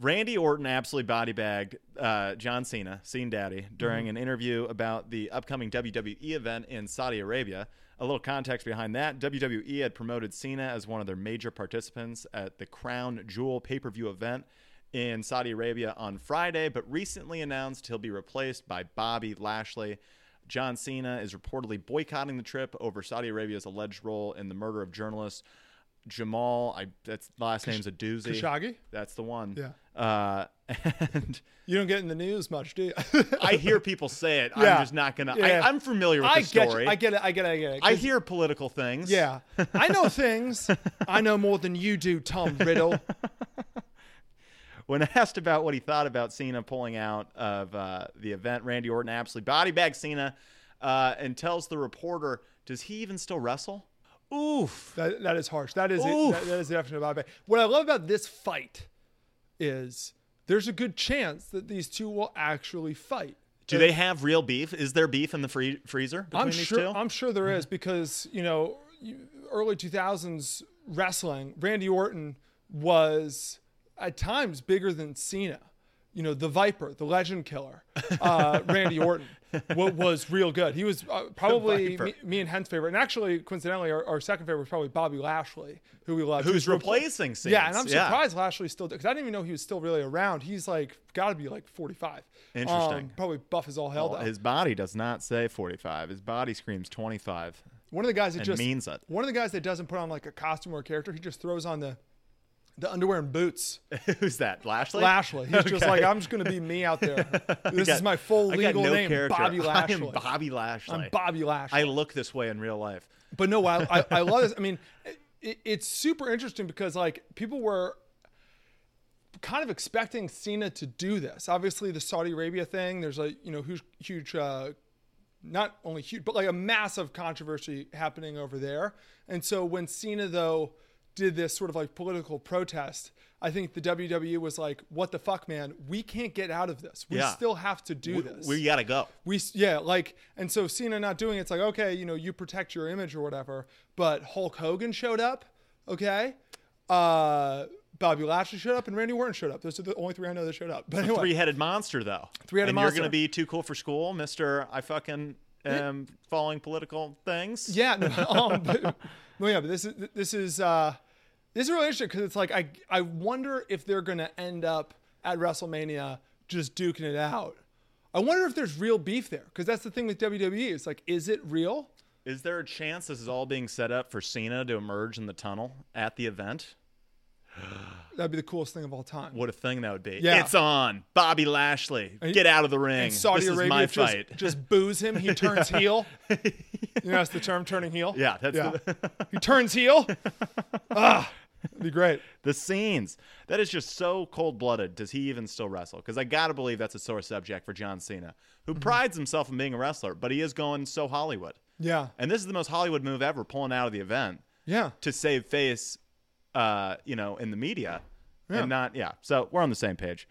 Speaker 1: Randy Orton absolutely body bagged uh, John Cena, Scene Daddy, during an interview about the upcoming WWE event in Saudi Arabia. A little context behind that WWE had promoted Cena as one of their major participants at the Crown Jewel pay per view event in Saudi Arabia on Friday, but recently announced he'll be replaced by Bobby Lashley. John Cena is reportedly boycotting the trip over Saudi Arabia's alleged role in the murder of journalist Jamal. I that's last name's a doozy.
Speaker 8: Khashoggi?
Speaker 1: That's the one.
Speaker 8: Yeah.
Speaker 1: Uh, and
Speaker 8: You don't get in the news much, do you?
Speaker 1: I hear people say it.
Speaker 8: Yeah.
Speaker 1: I'm just not gonna.
Speaker 8: Yeah.
Speaker 1: I, I'm familiar with
Speaker 8: I
Speaker 1: the
Speaker 8: get you.
Speaker 1: story.
Speaker 8: I get it. I get it. I get it.
Speaker 1: I hear political things.
Speaker 8: Yeah. I know things. I know more than you do, Tom Riddle.
Speaker 1: When asked about what he thought about Cena pulling out of uh, the event, Randy Orton absolutely body bags Cena uh, and tells the reporter, "Does he even still wrestle?" Oof.
Speaker 8: That, that is harsh. That is it.
Speaker 1: Oof.
Speaker 8: That, that is the definition of bad. What I love about this fight is there's a good chance that these two will actually fight.
Speaker 1: Do they have real beef? Is there beef in the free- freezer between
Speaker 8: I'm
Speaker 1: these Mm-hmm.
Speaker 8: sure.
Speaker 1: 2
Speaker 8: I'm sure there is because you know, you- early 2000s wrestling, Randy Orton was at times bigger than Cena. You know, the Viper, the Legend Killer, uh, Randy Orton wa- was real good. He was uh, probably
Speaker 1: Viper.
Speaker 8: me, me and Hen's favorite, and actually coincidentally, our, our second favorite was probably Bobby Lashley, who we love.
Speaker 1: Who's
Speaker 8: He was repl-
Speaker 1: replacing Cena?
Speaker 8: Yeah, and I'm surprised Lashley's still because I didn't even know he was still really around. He's like got to be like 45.
Speaker 1: Interesting.
Speaker 8: Um, probably buff as all hell
Speaker 1: Well,
Speaker 8: though.
Speaker 1: His body does not say 45. His body screams 25.
Speaker 8: One of the guys that
Speaker 1: and
Speaker 8: just
Speaker 1: means it.
Speaker 8: One of the guys that doesn't put on like a costume or a character, he just throws on the the underwear and boots.
Speaker 1: Who's that? Lashley.
Speaker 8: Lashley. He's just like, I'm just gonna be me out there. This
Speaker 1: got-
Speaker 8: is my full
Speaker 1: I got
Speaker 8: legal
Speaker 1: no
Speaker 8: name,
Speaker 1: character.
Speaker 8: Bobby Lashley.
Speaker 1: I am Bobby Lashley.
Speaker 8: I'm Bobby Lashley.
Speaker 1: I look this way in real life.
Speaker 8: but no, I, I, I love this. I mean, it, it's super interesting because like people were kind of expecting Cena to do this. Obviously, the Saudi Arabia thing. There's a you know huge, huge, uh, not only huge, but like a massive controversy happening over there. And so when Cena though did this sort of like political protest, I think the WWE was like, "What the fuck, man? We can't get out of this. We
Speaker 1: Yeah.
Speaker 8: still have to do
Speaker 1: We,
Speaker 8: this.
Speaker 1: we gotta go.
Speaker 8: We s- yeah, like and so Cena not doing it's like okay, you know, you protect your image or whatever. But Hulk Hogan showed up, okay. Uh, Bobby Lashley showed up and Randy Orton showed up. Those are the only three I know that showed up. But anyway,
Speaker 1: Three-headed monster, though.
Speaker 8: Three-headed
Speaker 1: and You're
Speaker 8: monster.
Speaker 1: gonna be too cool for school, Mister. I fucking am following political things.
Speaker 8: yeah, no, um, but, no, yeah, but this is this is uh, this is really interesting because it's like I I wonder if they're gonna end up at WrestleMania just duking it out. I wonder if there's real beef there because that's the thing with WWE. It's like, is it real?
Speaker 1: Is there a chance this is all being set up for Cena to emerge in the tunnel at the event?
Speaker 8: That'd be the coolest thing of all time.
Speaker 1: What a thing that would be!
Speaker 8: Yeah.
Speaker 1: It's on Bobby Lashley.
Speaker 8: And-
Speaker 1: Get out of the ring.
Speaker 8: and Saudi
Speaker 1: this
Speaker 8: Arabia
Speaker 1: is my
Speaker 8: just,
Speaker 1: fight.
Speaker 8: just boos him. He turns heel. You know, that's the term, turning heel.
Speaker 1: yeah, that's
Speaker 8: Yeah.
Speaker 1: The,
Speaker 8: he turns heel. Ah, it'd be great.
Speaker 1: the scenes. That is just so cold blooded. Does he even still wrestle? Because I gotta believe that's a sore subject for John Cena, who prides himself on being a wrestler, but he is going so Hollywood.
Speaker 8: Yeah.
Speaker 1: And this is the most Hollywood move ever, pulling out of the event
Speaker 8: Yeah.
Speaker 1: to save face, uh, you know, in the media, and not yeah. So we're on the same page.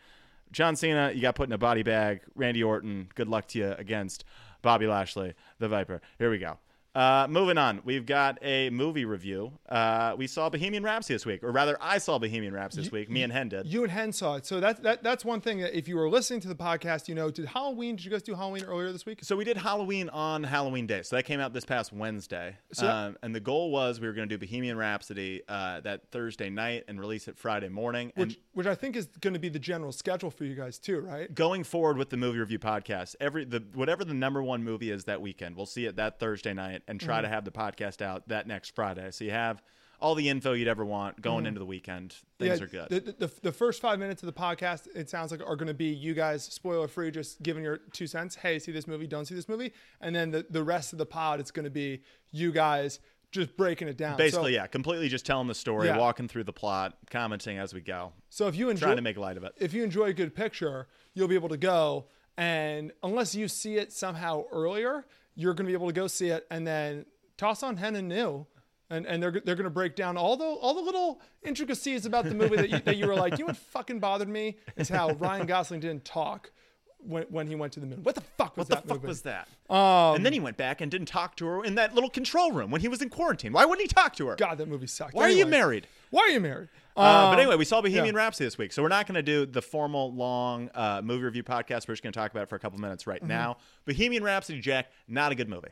Speaker 1: John Cena, you got put in a body bag. Randy Orton, good luck to you against Bobby Lashley, the Viper. Here we go. Uh, moving on, we've got a movie review. Uh, we saw Bohemian Rhapsody this week, or rather, I saw Bohemian Rhapsody this week. Me and Hen did.
Speaker 8: You and Hen saw it. So that, that that's one thing that if you were listening to the podcast, you know, did Halloween, did you guys do Halloween earlier this week?
Speaker 1: so we did Halloween on Halloween Day. So that came out this past Wednesday. um, and the goal was we were going to do Bohemian Rhapsody uh, that Thursday night and release it Friday morning. and
Speaker 8: Which, which I think is going to be the general schedule for you guys too, right?
Speaker 1: going forward with the movie review podcast, every the whatever the number one movie is that weekend, we'll see it that Thursday night and try
Speaker 8: Mm-hmm.
Speaker 1: to have the podcast out that next Friday. So you have all the info you'd ever want going into the weekend. Things
Speaker 8: Mm-hmm. Yeah,
Speaker 1: are good.
Speaker 8: The, the, the first five minutes of the podcast, it sounds like, are going to be you guys spoiler free, just giving your two cents. Hey, see this movie, don't see this movie. And then the, the rest of the pod, it's going to be you guys just breaking it down.
Speaker 1: Basically,
Speaker 8: so,
Speaker 1: yeah, completely just telling the story,
Speaker 8: Yeah.
Speaker 1: walking through the plot, commenting as we go,
Speaker 8: So if you enjoy,
Speaker 1: trying to make light of it.
Speaker 8: if you enjoy a good picture, you'll be able to go. And unless you see it somehow earlier, you're going to be able to go see it and then toss on Hen and New. And, and they're, they're going to break down all the, all the little intricacies about the movie that you, that you were like, you know what fucking bothered me is how Ryan Gosling didn't talk when, when he went to the moon. What the fuck was
Speaker 1: What the
Speaker 8: that
Speaker 1: fuck
Speaker 8: movie? Um,
Speaker 1: was that? and then he went back and didn't talk to her in that little control room when he was in quarantine. Why wouldn't he talk to her?
Speaker 8: God, that movie sucked.
Speaker 1: Why are you
Speaker 8: Anyway.
Speaker 1: married?
Speaker 8: Why are you married?
Speaker 1: Uh, but
Speaker 8: Um,
Speaker 1: anyway, we saw Bohemian
Speaker 8: yeah.
Speaker 1: Rhapsody this week, so we're not going to do the formal long uh, movie review podcast. We're just going to talk about it for a couple minutes right
Speaker 8: Mm-hmm.
Speaker 1: now. Bohemian Rhapsody, Jack, not a good movie,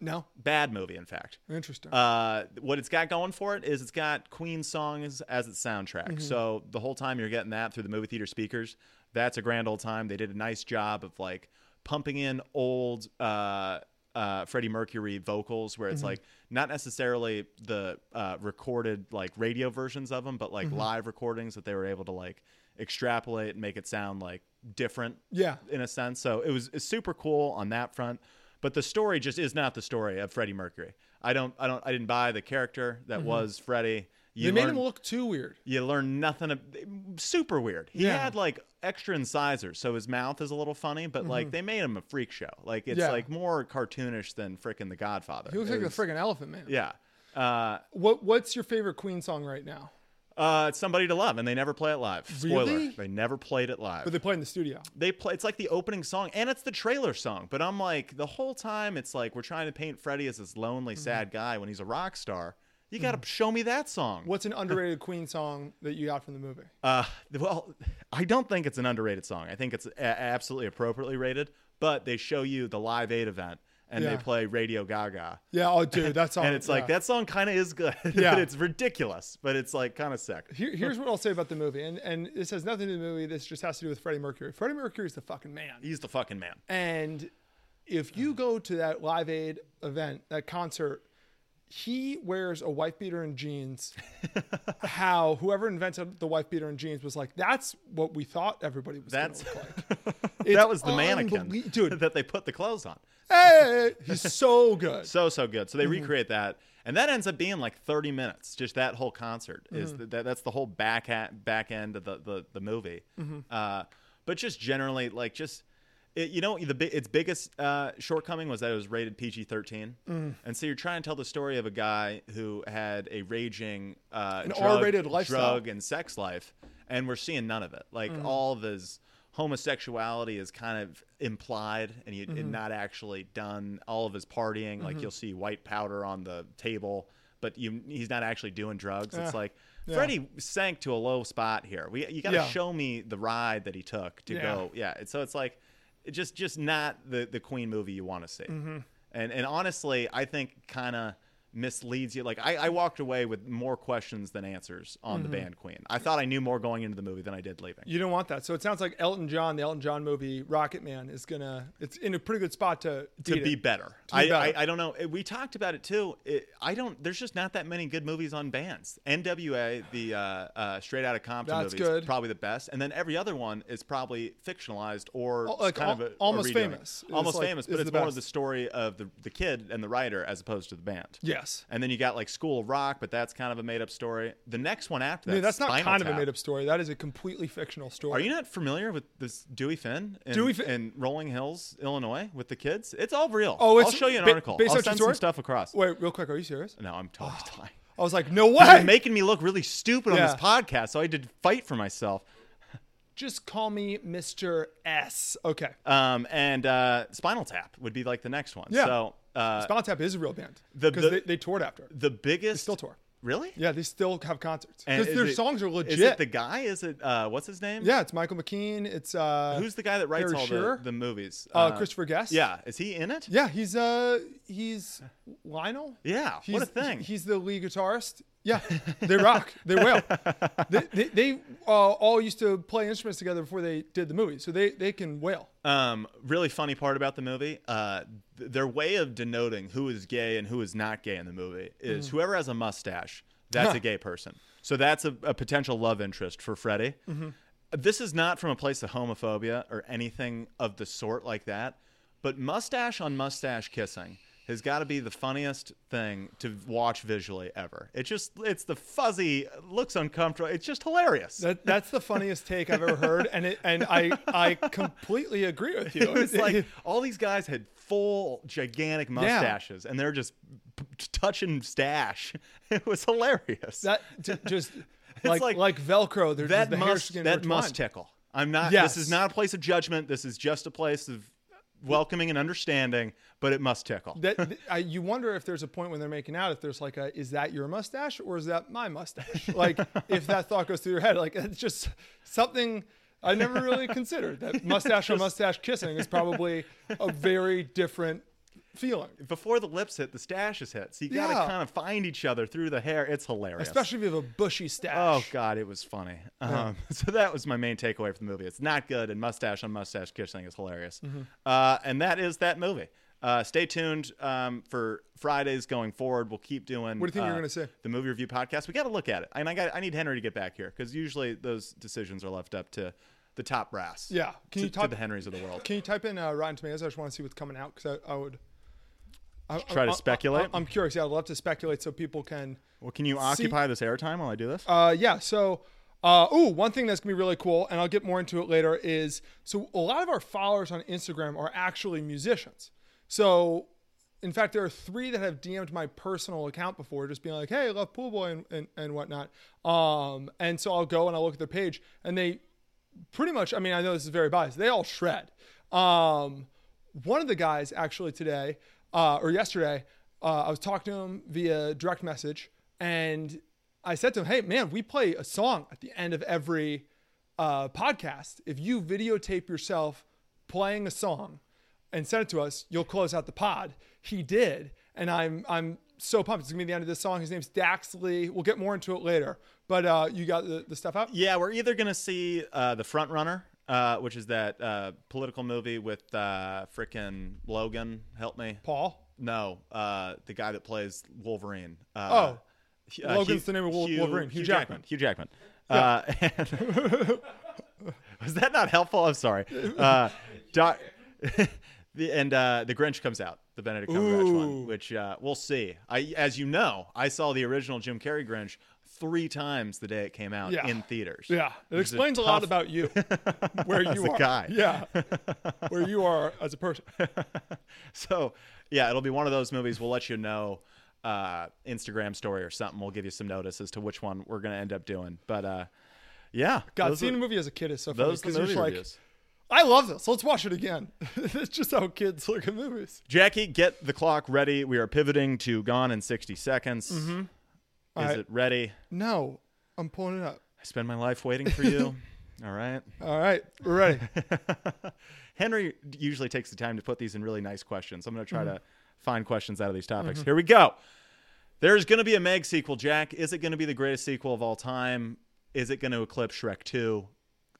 Speaker 8: No,
Speaker 1: bad movie, in fact.
Speaker 8: interesting.
Speaker 1: Uh, what it's got going for it is it's got Queen songs as its soundtrack. So the whole time you're getting that through the movie theater speakers. That's a grand old time. They did a nice job of like pumping in old uh, uh, Freddie Mercury vocals, where it's like not necessarily the uh, recorded like radio versions of them, but like live recordings that they were able to like extrapolate and make it sound like different
Speaker 8: Yeah.
Speaker 1: in a sense. So it was it's super cool on that front. But the story just is not the story of Freddie Mercury. I don't I don't I didn't buy the character that was Freddie. You
Speaker 8: Mm-hmm. they made
Speaker 1: learn-
Speaker 8: him look too weird.
Speaker 1: you learn nothing of, super weird. He
Speaker 8: Yeah.
Speaker 1: had like extra incisors, so his mouth is a little funny, but like they made him a freak show. Like it's
Speaker 8: Mm-hmm. Yeah.
Speaker 1: like more cartoonish than frickin' the Godfather.
Speaker 8: He looks
Speaker 1: It
Speaker 8: like a
Speaker 1: was-
Speaker 8: freaking elephant man.
Speaker 1: Yeah. Uh,
Speaker 8: What What's your favorite Queen song right now?
Speaker 1: uh, it's somebody to love, and they never play it live. Spoiler:
Speaker 8: Really?
Speaker 1: they never played it live.
Speaker 8: But they play in the studio.
Speaker 1: they play it's like the opening song and it's the trailer song but i'm like the whole time it's like we're trying to paint freddie as this lonely
Speaker 8: Mm-hmm.
Speaker 1: sad guy when he's a rock star you gotta show me that song
Speaker 8: What's an underrated Queen song that you got from the movie?
Speaker 1: uh, well i don't think it's an underrated song i think it's a- absolutely appropriately rated but they show you the live aid event and
Speaker 8: Yeah.
Speaker 1: they play radio gaga
Speaker 8: yeah, oh, dude, that song.
Speaker 1: and it's like
Speaker 8: yeah.
Speaker 1: that song kind of is good
Speaker 8: Yeah.
Speaker 1: but it's ridiculous but it's like kind of sick
Speaker 8: Here, here's what I'll say about the movie, and and this has nothing to do with the movie. This just has to do with Freddie Mercury. Freddie Mercury's the fucking man.
Speaker 1: he's the fucking man
Speaker 8: And if you go to that Live Aid event, that concert, he wears a wife beater and jeans. how whoever invented the wife beater and jeans was like, that's what we thought everybody was. gonna
Speaker 1: That's
Speaker 8: look like."
Speaker 1: that was the mannequin
Speaker 8: unbelie- dude.
Speaker 1: that they put the clothes on.
Speaker 8: hey, he's so good. Mm-hmm.
Speaker 1: So so good. So they recreate that, and that ends up being like 30 minutes. Just that whole concert is
Speaker 8: Mm-hmm.
Speaker 1: the, that, that's the whole back at, back end of the the, the movie.
Speaker 8: Mm-hmm.
Speaker 1: Uh, but just generally, like just. It, you know the bi- its biggest uh, shortcoming was that it was rated PG thirteen,
Speaker 8: Mm.
Speaker 1: and so you're trying to tell the story of a guy who had a raging uh,
Speaker 8: An
Speaker 1: drug,
Speaker 8: R-rated lifestyle.
Speaker 1: drug and sex life, and we're seeing none of it. Like
Speaker 8: Mm.
Speaker 1: all of his homosexuality is kind of implied and, you,
Speaker 8: Mm-hmm.
Speaker 1: and not actually done. All of his partying, like you'll see white powder on the table, but you, he's not actually doing drugs. It's like Freddie sank to a low spot here. We you got to
Speaker 8: Yeah.
Speaker 1: show me the ride that he took to
Speaker 8: Yeah.
Speaker 1: go. Yeah, and so it's like it just just not the the Queen movie you want to see. And and honestly, I think kind of misleads you. Like I, I walked away with more questions than answers on the band Queen. I thought I knew more going into the movie than I did leaving.
Speaker 8: You don't want that. So it sounds like Elton John, the Elton John movie, Rocket Man, is gonna. It's in a pretty good spot to
Speaker 1: to
Speaker 8: beat
Speaker 1: be
Speaker 8: it.
Speaker 1: better.
Speaker 8: be
Speaker 1: I,
Speaker 8: better.
Speaker 1: I I don't know. Eh, We talked about it too. It, I don't. There's just not that many good movies on bands. N.W.A. the uh, uh, Straight Outta Compton
Speaker 8: That's
Speaker 1: movie
Speaker 8: good.
Speaker 1: is probably the best, and then every other one is probably fictionalized or
Speaker 8: Al- Oh, like
Speaker 1: kind
Speaker 8: al-
Speaker 1: of a, a
Speaker 8: Almost
Speaker 1: redoing.
Speaker 8: Famous is
Speaker 1: Almost
Speaker 8: like-
Speaker 1: famous,
Speaker 8: is
Speaker 1: but it's
Speaker 8: the
Speaker 1: more of the
Speaker 8: best.
Speaker 1: story of the the kid and the writer as opposed to the band.
Speaker 8: Yes.
Speaker 1: And then you got like School of Rock, but that's kind of a made up story. The next one after that,
Speaker 8: No, that's not
Speaker 1: Spinal
Speaker 8: kind of
Speaker 1: Tap.
Speaker 8: a made-up story. That is a completely fictional
Speaker 1: Are
Speaker 8: story.
Speaker 1: you not familiar with this Dewey Finn in,
Speaker 8: Dewey Finn-
Speaker 1: in Rolling Hills, Illinois, with the kids? It's all real.
Speaker 8: Oh, it's
Speaker 1: I'll show you an
Speaker 8: ba-
Speaker 1: article.
Speaker 8: based
Speaker 1: I'll
Speaker 8: on true
Speaker 1: send some
Speaker 8: story?
Speaker 1: stuff across.
Speaker 8: Wait, real quick. Are you serious?
Speaker 1: No, I'm totally lying.
Speaker 8: I was like, no
Speaker 1: You're
Speaker 8: way.
Speaker 1: making me look really stupid on
Speaker 8: Oh. Yeah.
Speaker 1: this podcast, so I did fight for myself.
Speaker 8: Just call me Mr. S. Okay.
Speaker 1: Um, and uh, Spinal Tap would be like the next one.
Speaker 8: Yeah.
Speaker 1: So uh,
Speaker 8: Spinal Tap is a real band
Speaker 1: the-
Speaker 8: because
Speaker 1: the-
Speaker 8: they, they toured after.
Speaker 1: the biggest
Speaker 8: still tour.
Speaker 1: Really?
Speaker 8: Yeah, they still have concerts
Speaker 1: And
Speaker 8: because
Speaker 1: is
Speaker 8: their
Speaker 1: it-
Speaker 8: songs are legit.
Speaker 1: Is it the guy? Is it uh, what's his name?
Speaker 8: yeah, it's Michael McKean. It's uh,
Speaker 1: Who's the guy that writes
Speaker 8: Harry
Speaker 1: all
Speaker 8: Shearer?
Speaker 1: the, the movies?
Speaker 8: uh, Christopher Guest.
Speaker 1: Yeah. Is he in it?
Speaker 8: Yeah, he's uh he's Lionel.
Speaker 1: Yeah,
Speaker 8: he's,
Speaker 1: what a thing.
Speaker 8: He's the lead guitarist. Yeah, they rock. They wail. They, they, they uh, all used to play instruments together before they did the movie, so they they can wail.
Speaker 1: Um, really funny part about the movie, uh, th- their way of denoting who is gay and who is not gay in the movie is whoever has a mustache, that's a gay person. So that's a, a potential love interest for Freddie. This is not from a place of homophobia or anything of the sort like that, but mustache on mustache kissing has got to be the funniest thing to watch visually ever. It just, it's the fuzzy, looks uncomfortable. It's just hilarious.
Speaker 8: That, that's the funniest take I've ever heard, and it, and I I completely agree with you.
Speaker 1: It was like all these guys had full gigantic mustaches and they're just p- p- touching stash. It was hilarious.
Speaker 8: that j- just like,
Speaker 1: like-
Speaker 8: like Velcro. They're just
Speaker 1: that
Speaker 8: the hair
Speaker 1: must
Speaker 8: skin
Speaker 1: that must
Speaker 8: intertwined.
Speaker 1: tickle. I'm not
Speaker 8: Yes.
Speaker 1: this is not a place of judgment. This is just a place of welcoming and understanding, but it must tickle.
Speaker 8: That, th- I, you wonder if there's a point when they're making out, if there's like a, is that your mustache or is that my mustache? Like, if that thought goes through your head, like, it's just something I never really considered. That mustache on mustache kissing is probably a very different feeling,
Speaker 1: Before the lips hit, the stash is hit. So you gotta
Speaker 8: Yeah.
Speaker 1: kind of find each other through the hair. It's hilarious.
Speaker 8: especially if you have a bushy
Speaker 1: Oh
Speaker 8: stash.
Speaker 1: God, it was funny. Um, so that was my main takeaway from the movie. It's not good, and mustache on mustache kissing is hilarious.
Speaker 8: Mm-hmm.
Speaker 1: Uh, and that is that movie. Uh, stay tuned um, for Fridays going forward. We'll keep doing.
Speaker 8: What do you think
Speaker 1: uh,
Speaker 8: you're gonna say?
Speaker 1: The movie review podcast. We got to look at it, and I got I need Henry to get back here because usually those decisions are left up to the top brass.
Speaker 8: Yeah.
Speaker 1: to,
Speaker 8: Can you
Speaker 1: to
Speaker 8: talk-
Speaker 1: the Henrys of the world?
Speaker 8: Can you type in uh, Rotten Tomatoes? I just want to see what's coming out because I, I would. I,
Speaker 1: Try to speculate?
Speaker 8: I, am curious. Yeah, I'd love to speculate so people can.
Speaker 1: well, can you occupy this airtime while I do this?
Speaker 8: Uh, yeah. So, uh, ooh, one thing that's gonna be really cool, and I'll get more into it later, is so a lot of our followers on Instagram are actually musicians. So, in fact, there are three that have DM'd my personal account before, just being like, "Hey, I love Pool Boy and and, and whatnot." Um, and so I'll go and I'll look at their page, and they pretty much. I mean, I know this is very biased. They all shred. Um, one of the guys actually today uh, or yesterday, uh, I was talking to him via direct message, and I said to him, "Hey, man, we play a song at the end of every uh, podcast. If you videotape yourself playing a song and send it to us, you'll close out the pod." He did, and I'm I'm so pumped. It's gonna be the end of this song. His name's Daxley. We'll get more into it later. But uh, you got the, the stuff out.
Speaker 1: Yeah, we're either gonna see uh, the Front Runner, uh, which is that uh, political movie with uh, frickin' Logan. Help me,
Speaker 8: Paul.
Speaker 1: No, uh, the guy that plays Wolverine. Uh,
Speaker 8: Oh,
Speaker 1: H- uh,
Speaker 8: Logan's the name of Wol- Wolverine, Hugh Jackman.
Speaker 1: Hugh Jackman. Uh, and- was that not helpful? I'm sorry. Uh, doc, the, and uh, the Grinch comes out, the Benedict Cumberbatch one,
Speaker 8: Ooh.
Speaker 1: which uh, we'll see. I, as you know, I saw the original Jim Carrey Grinch three times the day it came out
Speaker 8: Yeah.
Speaker 1: in theaters.
Speaker 8: Yeah, it
Speaker 1: Which is
Speaker 8: explains a,
Speaker 1: tough-
Speaker 8: lot about you, where
Speaker 1: As
Speaker 8: you
Speaker 1: a
Speaker 8: are.
Speaker 1: guy.
Speaker 8: Yeah, where you are as a person.
Speaker 1: so yeah, it'll be one of those movies. We'll let you know uh, Instagram story or something. We'll give you some notice as to which one we're gonna end up doing. But uh, yeah,
Speaker 8: God,
Speaker 1: those
Speaker 8: seeing
Speaker 1: are-
Speaker 8: a movie as a kid is so funny.
Speaker 1: those are
Speaker 8: 'cause
Speaker 1: the
Speaker 8: you're
Speaker 1: movie
Speaker 8: just like,
Speaker 1: reviews.
Speaker 8: I love this. Let's watch it again. That's just how kids look at movies.
Speaker 1: Jackie, get the clock ready. We are pivoting to Gone in 60 Seconds. Is
Speaker 8: Mm-hmm. right.
Speaker 1: it ready?
Speaker 8: No, I'm pulling it up.
Speaker 1: I spend my life waiting for you. All right.
Speaker 8: All right, we're ready.
Speaker 1: Henry usually takes the time to put these in really nice questions. I'm going to try
Speaker 8: Mm-hmm.
Speaker 1: to find questions out of these topics. Here we go. There's going to be a Meg sequel, Jack. Is it going to be the greatest sequel of all time? Is it going to eclipse Shrek 2?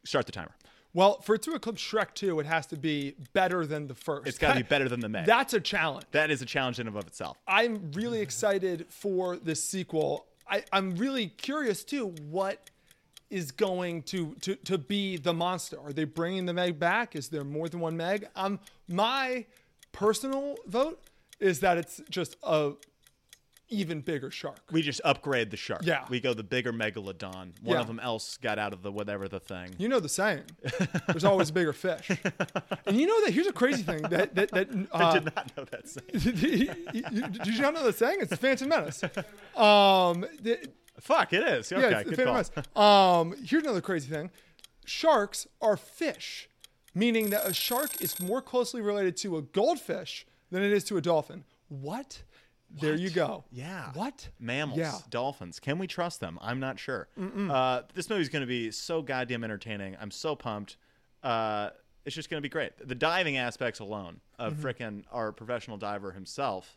Speaker 1: Start the timer.
Speaker 8: well, for it to eclipse Shrek 2, it has to be better than the first.
Speaker 1: It's got to be better than the Meg.
Speaker 8: That's a challenge.
Speaker 1: that is a challenge in and of itself.
Speaker 8: I'm really excited for this sequel. I, I'm really curious too what is going to, to to be the monster. Are they bringing the Meg back? Is there more than one Meg? Um, my personal vote is that it's just a even bigger shark.
Speaker 1: We just upgrade the shark.
Speaker 8: Yeah.
Speaker 1: We go the bigger megalodon. One
Speaker 8: Yeah.
Speaker 1: of them else got out of the whatever the thing.
Speaker 8: You know the saying. There's always a bigger fish. And you know that here's a crazy thing that that that uh,
Speaker 1: I did not know that. saying.
Speaker 8: did, you not know the saying? It's the Phantom Menace. Um, the-
Speaker 1: Fuck, it is. Okay,
Speaker 8: Yeah, it's
Speaker 1: good
Speaker 8: Phantom
Speaker 1: call.
Speaker 8: Menace. Um, here's another crazy thing: sharks are fish, meaning that a shark is more closely related to a goldfish than it is to a dolphin. What? There you go.
Speaker 1: Yeah.
Speaker 8: What?
Speaker 1: Mammals,
Speaker 8: Yeah.
Speaker 1: dolphins. Can we trust them? I'm not sure. Uh, this movie's going to be so goddamn entertaining. I'm so pumped. Uh, it's just going to be great. The diving aspects alone of
Speaker 8: Mm-hmm.
Speaker 1: frickin' our professional diver himself.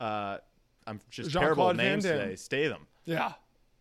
Speaker 1: Uh, I'm just
Speaker 8: Jean-Claude
Speaker 1: terrible at
Speaker 8: Van
Speaker 1: names
Speaker 8: Damme.
Speaker 1: today. Statham.
Speaker 8: Yeah.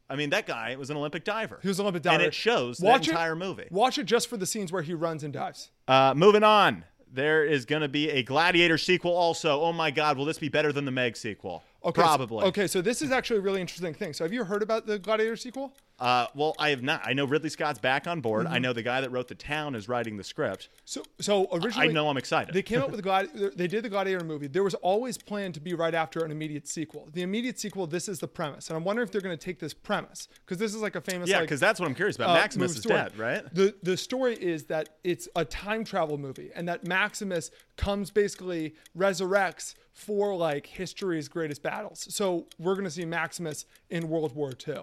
Speaker 1: I mean, that guy was an Olympic diver.
Speaker 8: He was a little bit diver.
Speaker 1: And it shows
Speaker 8: Watch
Speaker 1: the
Speaker 8: it-
Speaker 1: entire movie.
Speaker 8: Watch it just for the scenes where he runs and dives.
Speaker 1: Uh, moving on. There is going to be a Gladiator sequel also. Oh my God, will this be better than the Meg sequel?
Speaker 8: Okay, so-
Speaker 1: Probably.
Speaker 8: okay, so this is actually a really interesting thing. So have you heard about the Gladiator sequel?
Speaker 1: Uh, well, I have not. I know Ridley Scott's back on board.
Speaker 8: Mm-hmm.
Speaker 1: I know the guy that wrote The Town is writing the script.
Speaker 8: So, so originally,
Speaker 1: I know I'm excited.
Speaker 8: They came up with the Gladi- They did the Gladiator movie. There was always planned to be right after an immediate sequel. The immediate sequel. This is the premise, and I'm wondering if they're going to take this premise because this is like a famous.
Speaker 1: yeah,
Speaker 8: like,
Speaker 1: because that's what I'm curious about.
Speaker 8: uh,
Speaker 1: Maximus
Speaker 8: movie
Speaker 1: is
Speaker 8: story.
Speaker 1: dead, right?
Speaker 8: The the story is that it's a time travel movie, and that Maximus comes basically resurrects for like history's greatest battles. So we're gonna see Maximus in World War II.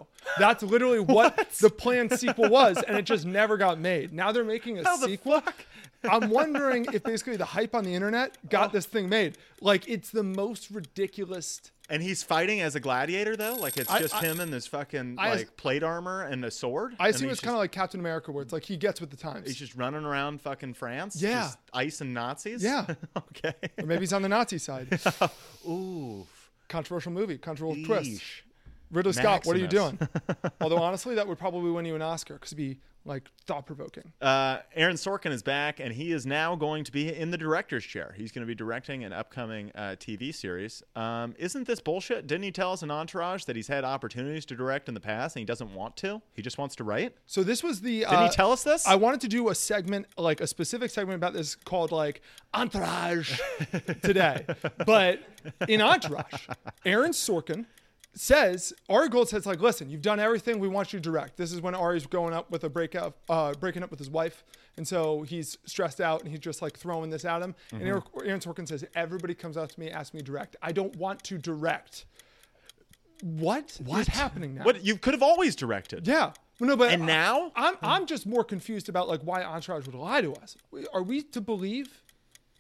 Speaker 8: That's literally what, the planned sequel was, and it just never got made. Now they're making a
Speaker 1: the
Speaker 8: sequel. I'm wondering if basically the hype on the internet
Speaker 1: Oh.
Speaker 8: got this thing made. Like it's the most ridiculous.
Speaker 1: And he's fighting as a gladiator, though? Like, it's
Speaker 8: I-
Speaker 1: just
Speaker 8: I-
Speaker 1: him and this fucking,
Speaker 8: I-
Speaker 1: like, plate armor and a sword?
Speaker 8: I
Speaker 1: and
Speaker 8: assume
Speaker 1: he's
Speaker 8: it's kind
Speaker 1: just-
Speaker 8: of like Captain America, where it's like he gets with the times.
Speaker 1: He's just running around fucking France?
Speaker 8: Yeah.
Speaker 1: Just ice and Nazis?
Speaker 8: Yeah.
Speaker 1: okay.
Speaker 8: or maybe he's on the Nazi side.
Speaker 1: Oof.
Speaker 8: controversial movie, controversial twist.
Speaker 1: Yeesh.
Speaker 8: Ridley Scott, what are you doing?
Speaker 1: Maximus.
Speaker 8: Although honestly, that would probably win you an Oscar because it'd be like thought provoking.
Speaker 1: Uh, Aaron Sorkin is back, and he is now going to be in the director's chair. He's going to be directing an upcoming uh, TV series. Um, isn't this bullshit? Didn't he tell us in Entourage that he's had opportunities to direct in the past and he doesn't want to? He just wants to write?
Speaker 8: so this was the. uh,
Speaker 1: Didn't he tell us this?
Speaker 8: I wanted to do a segment, like a specific segment about this called like Entourage today. But in Entourage, Aaron Sorkin says Ari Gold says like, listen, you've done everything. We want you to direct. This is when Ari's going up with a breakup, uh, breaking up with his wife, and so he's stressed out and he's just like throwing this at him.
Speaker 1: Mm-hmm.
Speaker 8: And Aaron, Aaron Sorkin says everybody comes out to me, asks me to direct. I don't want to direct. What? What is happening now?
Speaker 1: What you could have always directed.
Speaker 8: Yeah. Well, no, but
Speaker 1: And now?
Speaker 8: I, am I'm just more confused about like why Entourage would lie to us. We- Are we to believe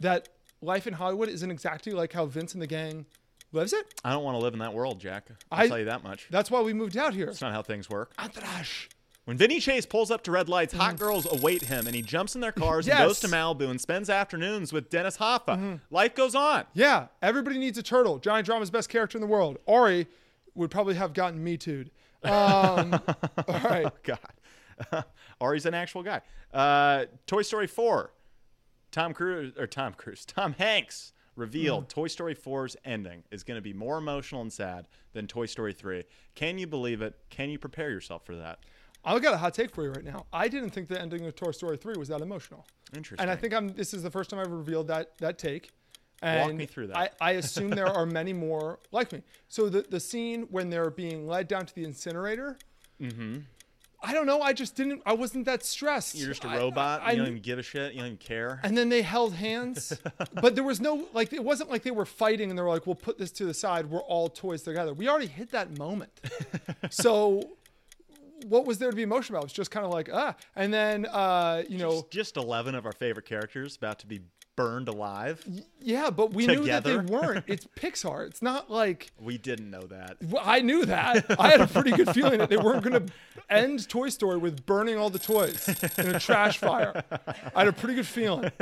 Speaker 8: that life in Hollywood isn't exactly like how Vince and the gang lives it?
Speaker 1: I don't want to live in that world, Jack. I'll
Speaker 8: I-
Speaker 1: tell you that much.
Speaker 8: That's why we moved out here.
Speaker 1: That's not how things work.
Speaker 8: Entourage.
Speaker 1: When Vinny Chase pulls up to red lights, hot girls await him, and he jumps in their cars and goes
Speaker 8: Mm. Yes. Mm-hmm.
Speaker 1: to Malibu and spends afternoons with Dennis Hoffa. Life goes on.
Speaker 8: Yeah, everybody needs a turtle. Johnny Drama's best character in the world. Ari would probably have gotten me too'd. Um, all right.
Speaker 1: God. Ari's an actual guy. Uh, Toy Story 4. Tom Cruise or Tom Cruise. Tom Hanks
Speaker 8: Mm.
Speaker 1: revealed Toy Story 4's ending is going to be more emotional and sad than Toy Story 3. Can you believe it? Can you prepare yourself for that?
Speaker 8: I've got a hot take for you right now. I didn't think the ending of Toy Story 3 was that emotional.
Speaker 1: Interesting.
Speaker 8: And I think I'm. This is the first time I've revealed that that take. And
Speaker 1: me through that.
Speaker 8: I, I assume there are many more like me. So the the scene when they're being led down to the incinerator. Mm-hmm. I don't know. I just didn't. I wasn't that stressed.
Speaker 1: you're just a
Speaker 8: I-
Speaker 1: robot.
Speaker 8: I-
Speaker 1: you don't
Speaker 8: I-
Speaker 1: even give a shit. You don't even care.
Speaker 8: and then they held hands, but there was no like. It wasn't like they were fighting and they were like, "We'll put this to the side. We're all toys together." We already hit that moment. so, what was there to be emotional about? It was just kind of like ah. And then uh, you know,
Speaker 1: Just- just 11 of our favorite characters about to be burned alive.
Speaker 8: Yeah, but we knew that they
Speaker 1: Together.
Speaker 8: weren't. It's Pixar. It's not like
Speaker 1: We didn't know that.
Speaker 8: well, I knew that. I had a pretty good feeling that they weren't going to end Toy Story with burning all the toys in a trash fire. I had a pretty good feeling.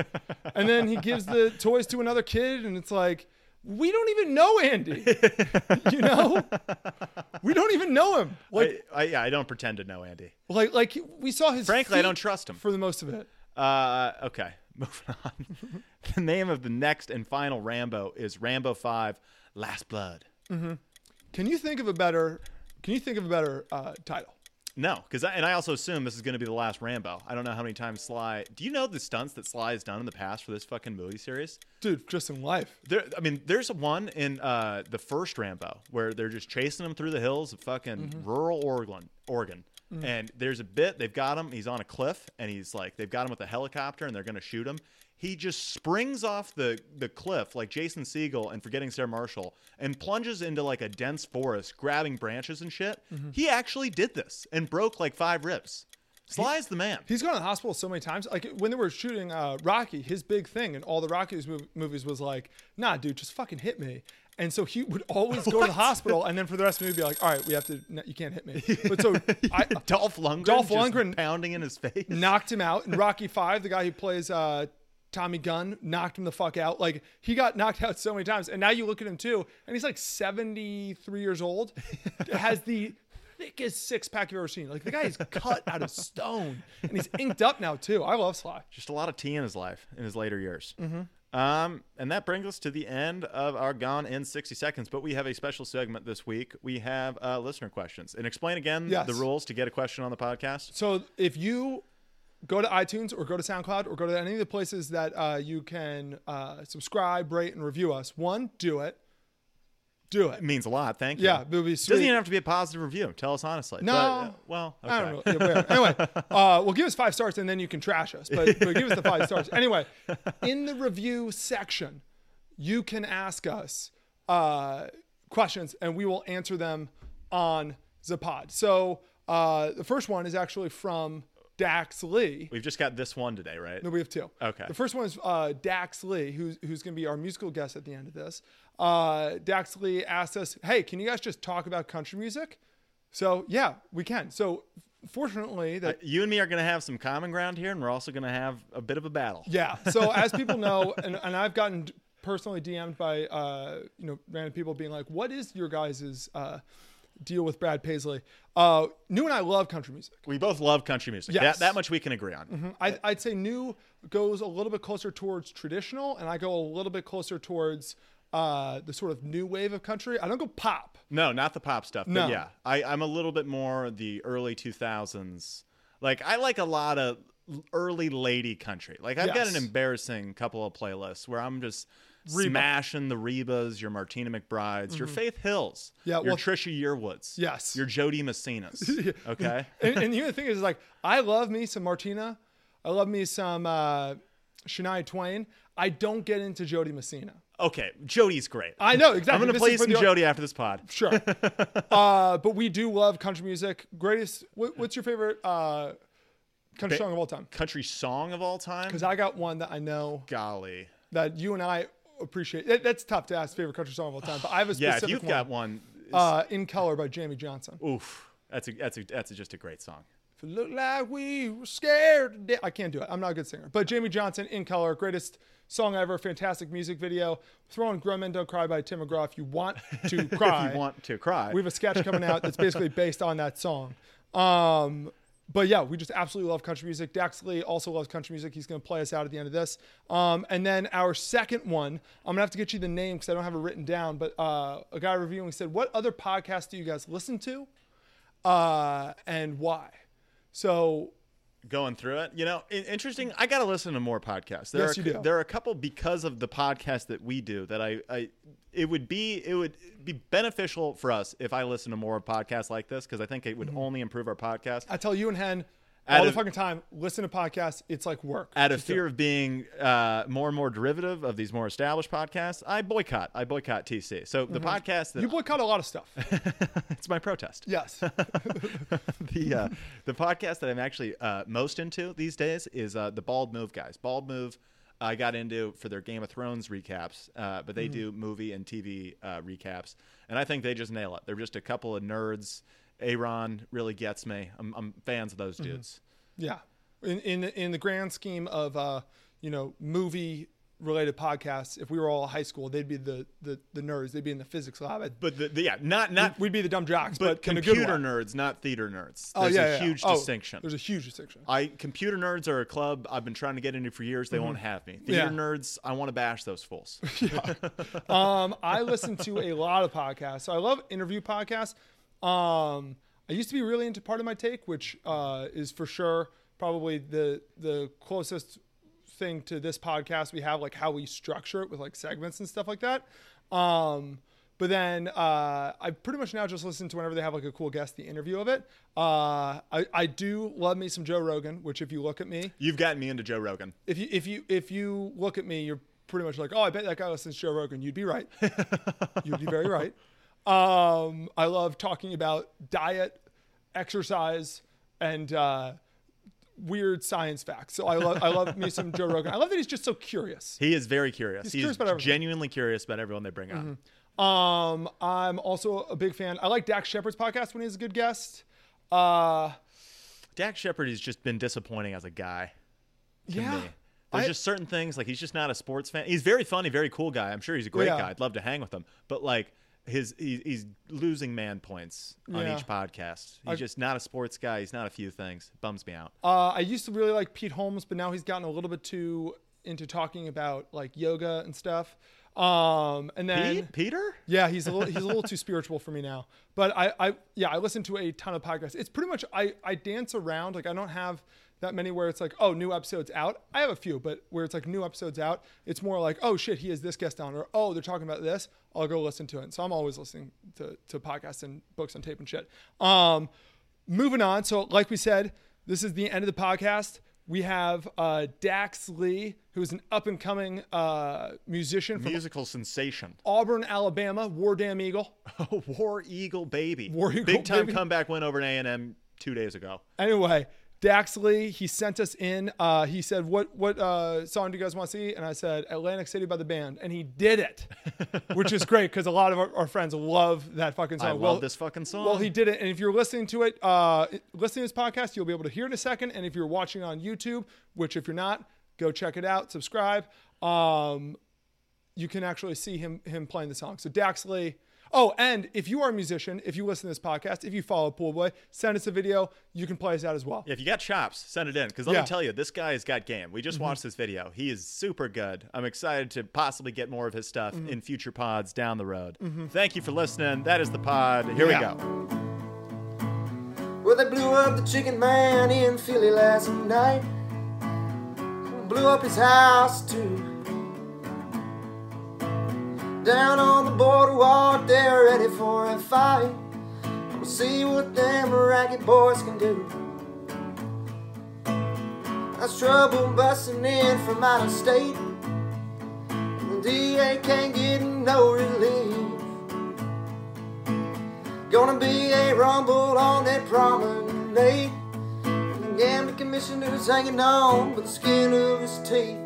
Speaker 8: And then he gives the toys to another kid, and it's like, we don't even know Andy. You know, we don't even know him. Like,
Speaker 1: I, I, yeah, I don't pretend to know Andy.
Speaker 8: like, like we saw his.
Speaker 1: Frankly, I
Speaker 8: feet
Speaker 1: don't trust him.
Speaker 8: for the most of it.
Speaker 1: Uh, okay, moving on. the name of the next and final Rambo is Rambo 5 Last Blood.
Speaker 8: Can you think of a better? Can you think of a better uh, title?
Speaker 1: No, because and I also assume this is going to be the last Rambo. I don't know how many times Sly. Do you know the stunts that Sly has done in the past for this fucking movie series?
Speaker 8: Dude, just in life.
Speaker 1: There, I mean, there's one in uh, the first Rambo where they're just chasing him through the hills of fucking
Speaker 8: Mm-hmm.
Speaker 1: rural Oregon, Oregon.
Speaker 8: Mm.
Speaker 1: And there's a bit they've got him. He's on a cliff, and he's like they've got him with a helicopter, and they're gonna shoot him. He just springs off the the cliff like Jason Siegel and Forgetting Sarah Marshall, and plunges into like a dense forest, grabbing branches and shit.
Speaker 8: Mm-hmm.
Speaker 1: He actually did this and broke like five ribs. Sly's the man.
Speaker 8: He's gone to the hospital so many times. Like when they were shooting uh, Rocky, his big thing in all the Rockies mov- movies was like, "Nah, dude, just fucking hit me." And so he would always go to the hospital, and then for the rest of the movie, be like, "All right, we have to. No, you can't hit me." But so I
Speaker 1: Dolph Lundgren.
Speaker 8: Dolph
Speaker 1: just
Speaker 8: Lundgren-
Speaker 1: pounding in his face.
Speaker 8: knocked him out. In Rocky Five, the guy who plays uh, Tommy Gunn knocked him the fuck out. Like he got knocked out so many times, and now you look at him too, and he's like seventy three years old, has the thickest six pack you've ever seen. Like the guy is cut out of stone, and he's inked up now too. I love Sly.
Speaker 1: just a lot of tea in his life in his later years.
Speaker 8: Mm-hmm.
Speaker 1: Um, and that brings us to the end of our Gone in 60 Seconds. But we have a special segment this week. We have uh, listener questions. And explain again
Speaker 8: Yes.
Speaker 1: the rules to get a question on the podcast.
Speaker 8: So if you go to iTunes or go to SoundCloud or go to any of the places that uh, you can uh, subscribe, rate, and review us, one, do it. Do it.
Speaker 1: It means a lot. Thank you.
Speaker 8: Yeah, it would be sweet.
Speaker 1: Doesn't even have to be a positive review. Tell us honestly.
Speaker 8: No.
Speaker 1: But, uh, well, okay.
Speaker 8: I don't know. Yeah, whatever. anyway, uh, well, give us five stars and then you can trash us, but, but give us the five stars. Anyway, in the review section, you can ask us uh, questions and we will answer them on the pod. So uh, the first one is actually from Dax Lee.
Speaker 1: We've just got this one today, right?
Speaker 8: No, we have two.
Speaker 1: Okay.
Speaker 8: The first one is uh, Dax Lee, who's who's going to be our musical guest at the end of this. Uh, Dax Lee asked us, "Hey, can you guys just talk about country music?" So yeah, we can. So fortunately, that
Speaker 1: you and me are going to have some common ground here, and we're also going to have a bit of a battle.
Speaker 8: Yeah. So as people know, and, and I've gotten personally DM'd by uh, you know random people being like, "What is your guys' uh, deal with Brad Paisley?" Uh, New and I love country music.
Speaker 1: We both love country music.
Speaker 8: Yes. Mm-hmm.
Speaker 1: That, that much we can agree on.
Speaker 8: I, I'd say new goes a little bit closer towards traditional, and I go a little bit closer towards uh, the sort of new wave of country. I don't go pop.
Speaker 1: No, not the pop stuff.
Speaker 8: No.
Speaker 1: But yeah, I, I'm a little bit more the early 2000s. Like, I like a lot of l- early lady country. Like, I've got
Speaker 8: Yes.
Speaker 1: an embarrassing couple of playlists where I'm just smashing the Rebas, your Martina McBrides, your Faith Hills,
Speaker 8: Mm-hmm. Yeah,
Speaker 1: your
Speaker 8: well-
Speaker 1: Trisha Yearwoods,
Speaker 8: Yes.
Speaker 1: your Jody Messinas. Okay.
Speaker 8: And, and the other thing is like, I love me some Martina. I love me some uh, Shania Twain. I don't get into Jody Messina.
Speaker 1: Okay. Jody's great.
Speaker 8: I know exactly.
Speaker 1: I'm going to
Speaker 8: This
Speaker 1: play
Speaker 8: is
Speaker 1: some
Speaker 8: for the-
Speaker 1: Jody after this pod.
Speaker 8: Sure. uh, but we do love country music. Greatest. What, what's your favorite uh, country song of all time?
Speaker 1: Country song of all time?
Speaker 8: Because I got one that I know
Speaker 1: Golly.
Speaker 8: that you and I appreciate. That, that's tough to ask favorite country song of all time. But I have a
Speaker 1: Yeah,
Speaker 8: specific
Speaker 1: if you've
Speaker 8: one.
Speaker 1: got one,
Speaker 8: Uh, In Color by Jamie Johnson.
Speaker 1: oof. That's a, that's a, that's a, just a great song.
Speaker 8: If it looked like we were scared to death. I can't do it. I'm not a good singer. But Jamie Johnson, In Color, greatest song ever, fantastic music video. Throw on Grown Men Don't Cry by Tim McGraw if you want to cry.
Speaker 1: If you want to cry.
Speaker 8: We have a sketch coming out that's basically based on that song. Um, But yeah, we just absolutely love country music. Daxley also loves country music. He's going to play us out at the end of this. Um, and then our second one, I'm going to have to get you the name because I don't have it written down. But uh, a guy reviewing said, What other podcasts do you guys listen to uh, and why? So
Speaker 1: going through it. You know, i- interesting. I got to listen to more podcasts. There
Speaker 8: Yes,
Speaker 1: are,
Speaker 8: you do.
Speaker 1: There are a couple because of the podcast that we do that I, I, it would be it would be beneficial for us if I listen to more podcasts like this because I think it would only improve our podcast.
Speaker 8: Mm-hmm. I tell you and Hen
Speaker 1: Out
Speaker 8: all the
Speaker 1: of-
Speaker 8: fucking time, listen to podcasts. It's like work.
Speaker 1: Out of fear of being uh, more and more derivative of these more established podcasts, I boycott. I boycott TC. So the podcast that
Speaker 8: Mm-hmm. You boycott a lot of stuff.
Speaker 1: it's my protest.
Speaker 8: Yes.
Speaker 1: the uh, the podcast that I'm actually uh, most into these days is uh, the Bald Move guys. Bald Move, I got into for their Game of Thrones recaps, uh, but they
Speaker 8: Mm.
Speaker 1: do movie and TV uh, recaps, and I think they just nail it. They're just a couple of nerds. Aaron really gets me. I'm, I'm fans of those
Speaker 8: Mm-hmm.
Speaker 1: dudes.
Speaker 8: Yeah, in in in the grand scheme of uh, you know movie related podcasts, if we were all high school, they'd be the the, the nerds. They'd be in the physics lab. I'd-
Speaker 1: But the, the, yeah, not not
Speaker 8: we'd be the dumb jocks, but,
Speaker 1: but
Speaker 8: in a good
Speaker 1: computer
Speaker 8: way.
Speaker 1: nerds, not theater nerds.
Speaker 8: Oh,
Speaker 1: There's
Speaker 8: yeah,
Speaker 1: a
Speaker 8: yeah, yeah.
Speaker 1: huge
Speaker 8: Oh,
Speaker 1: distinction.
Speaker 8: There's a huge distinction.
Speaker 1: I computer nerds are a club I've been trying to get into for years. They won't have me. Theater
Speaker 8: Mm-hmm. Yeah.
Speaker 1: nerds, I want to bash those fools.
Speaker 8: Um, I listen to a lot of podcasts. So I love interview podcasts. Um, I used to be really into part of my take, which uh, is for sure probably the the closest thing to this podcast we have, like how we structure it with like segments and stuff like that. Um, but then uh, I pretty much now just listen to whenever they have like a cool guest, the interview of it. Uh, I, I do love me some Joe Rogan, which if you look at me,
Speaker 1: You've gotten me into Joe Rogan.
Speaker 8: if you if you if you look at me, you're pretty much like, oh, I bet that guy listens to Joe Rogan. You'd be right. You'd be very right. Um, I love talking about diet, exercise, and uh, weird science facts. So I love I love me some Joe Rogan. I love that he's just so curious.
Speaker 1: He is very curious. He's,
Speaker 8: curious about everything. Mm-hmm.
Speaker 1: genuinely curious about everyone they bring on.
Speaker 8: Um, I'm also a big fan. I like Dax Shepard's podcast when he's a good guest. Uh,
Speaker 1: Dak Shepard has just been disappointing as a guy. to
Speaker 8: yeah.
Speaker 1: me. There's
Speaker 8: I-
Speaker 1: just certain things like he's just not a sports fan. He's very funny, very cool guy. I'm sure he's a great
Speaker 8: Yeah.
Speaker 1: guy. I'd love to hang with him. But like his he, he's losing man points on
Speaker 8: Yeah.
Speaker 1: each podcast. He's just not a sports guy. He's not a few things. It bums me out.
Speaker 8: Uh, I used to really like Pete Holmes, but now he's gotten a little bit too into talking about like yoga and stuff. Um, and then
Speaker 1: Pete? Peter?
Speaker 8: yeah, he's a little he's a little too spiritual for me now. But I, I yeah, I listen to a ton of podcasts. It's pretty much I I dance around. Like I don't have that many where it's like, oh, new episodes out. I have a few, but where it's like new episodes out, it's more like, oh shit, he has this guest on, or oh, they're talking about this. I'll go listen to it. So I'm always listening to to podcasts and books on tape and shit. Um, moving on. So like we said, this is the end of the podcast. We have uh, Dax Lee, who is an up and coming uh, musician from
Speaker 1: Musical sensation.
Speaker 8: Auburn, Alabama, War Damn Eagle.
Speaker 1: Oh, War Eagle baby.
Speaker 8: War Eagle
Speaker 1: Big time
Speaker 8: baby.
Speaker 1: comeback win over an A&M 2 days ago.
Speaker 8: Anyway, Daxley, he sent us in. Uh, he said, "What what uh, song do you guys want to see?" And I said, "Atlantic City by the band," and he did it, which is great because a lot of our, our friends love that fucking song.
Speaker 1: I love this fucking song.
Speaker 8: Well, he did it, and if you're listening to it, uh, listening to this podcast, you'll be able to hear it in a second. And if you're watching on YouTube, which if you're not, go check it out, subscribe. Um, you can actually see him him playing the song. So Daxley. Oh, and if you are a musician, if you listen to this podcast, if you follow Pool Boy, send us a video. You can play us out as well.
Speaker 1: If you got chops, send it in. Because let
Speaker 8: Yeah. Mm-hmm.
Speaker 1: me tell you, this guy's got game. We just watched this video. He is super good. I'm excited to possibly get more of his stuff
Speaker 8: Mm-hmm.
Speaker 1: in future pods down the road. Thank you for listening. That is the pod. Here
Speaker 8: Yeah.
Speaker 1: we go.
Speaker 5: Well, they blew up the chicken man in Philly last night. Blew up his house, too. Down on the boardwalk, they're ready for a fight. We'll see what them ragged boys can do. That's trouble busting in from out of state. And the DA can't get no relief. Gonna be a rumble on that promenade. And the gambling commissioner's hanging on with the skin of his teeth.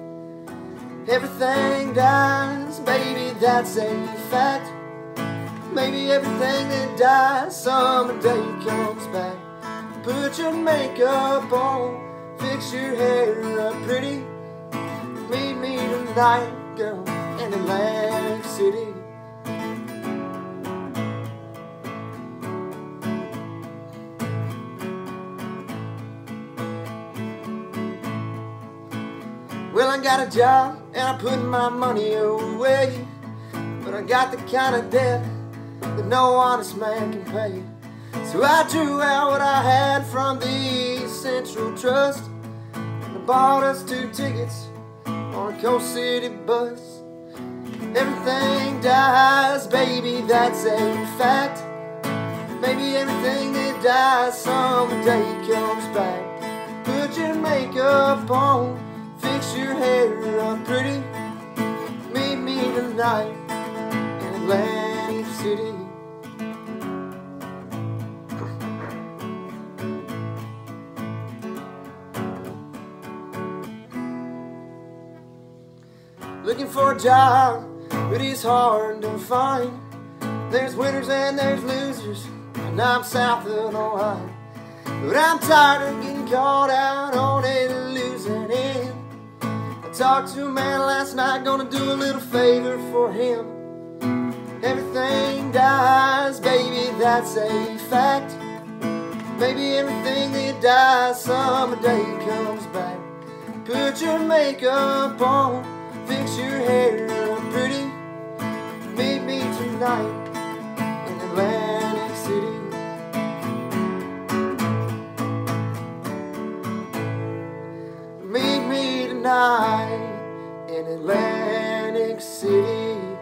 Speaker 5: Everything dies, baby, that's a fact. Maybe everything that dies someday comes back. Put your makeup on, fix your hair up pretty. Meet me tonight, girl, in Atlantic City. Well, I got a job and I put my money away. But I got the kind of debt that no honest man can pay. So I drew out what I had from the Central Trust. And I bought us two tickets on a Coast City bus. Everything dies, baby, that's a fact. Maybe everything that dies someday comes back. Put your makeup on, fix your hair up pretty. Meet me tonight in Atlantic City. Looking for a job, it is hard to find. There's winners and there's losers, and I'm south of the line. But I'm tired of getting caught out on a losing end. I talked to a man last night, gonna do a little favor for him. Everything dies, baby, that's a fact. Maybe everything that dies someday comes back. Put your makeup on, fix your hair up pretty. Meet me tonight in Atlantic City. Meet me tonight in Atlantic City.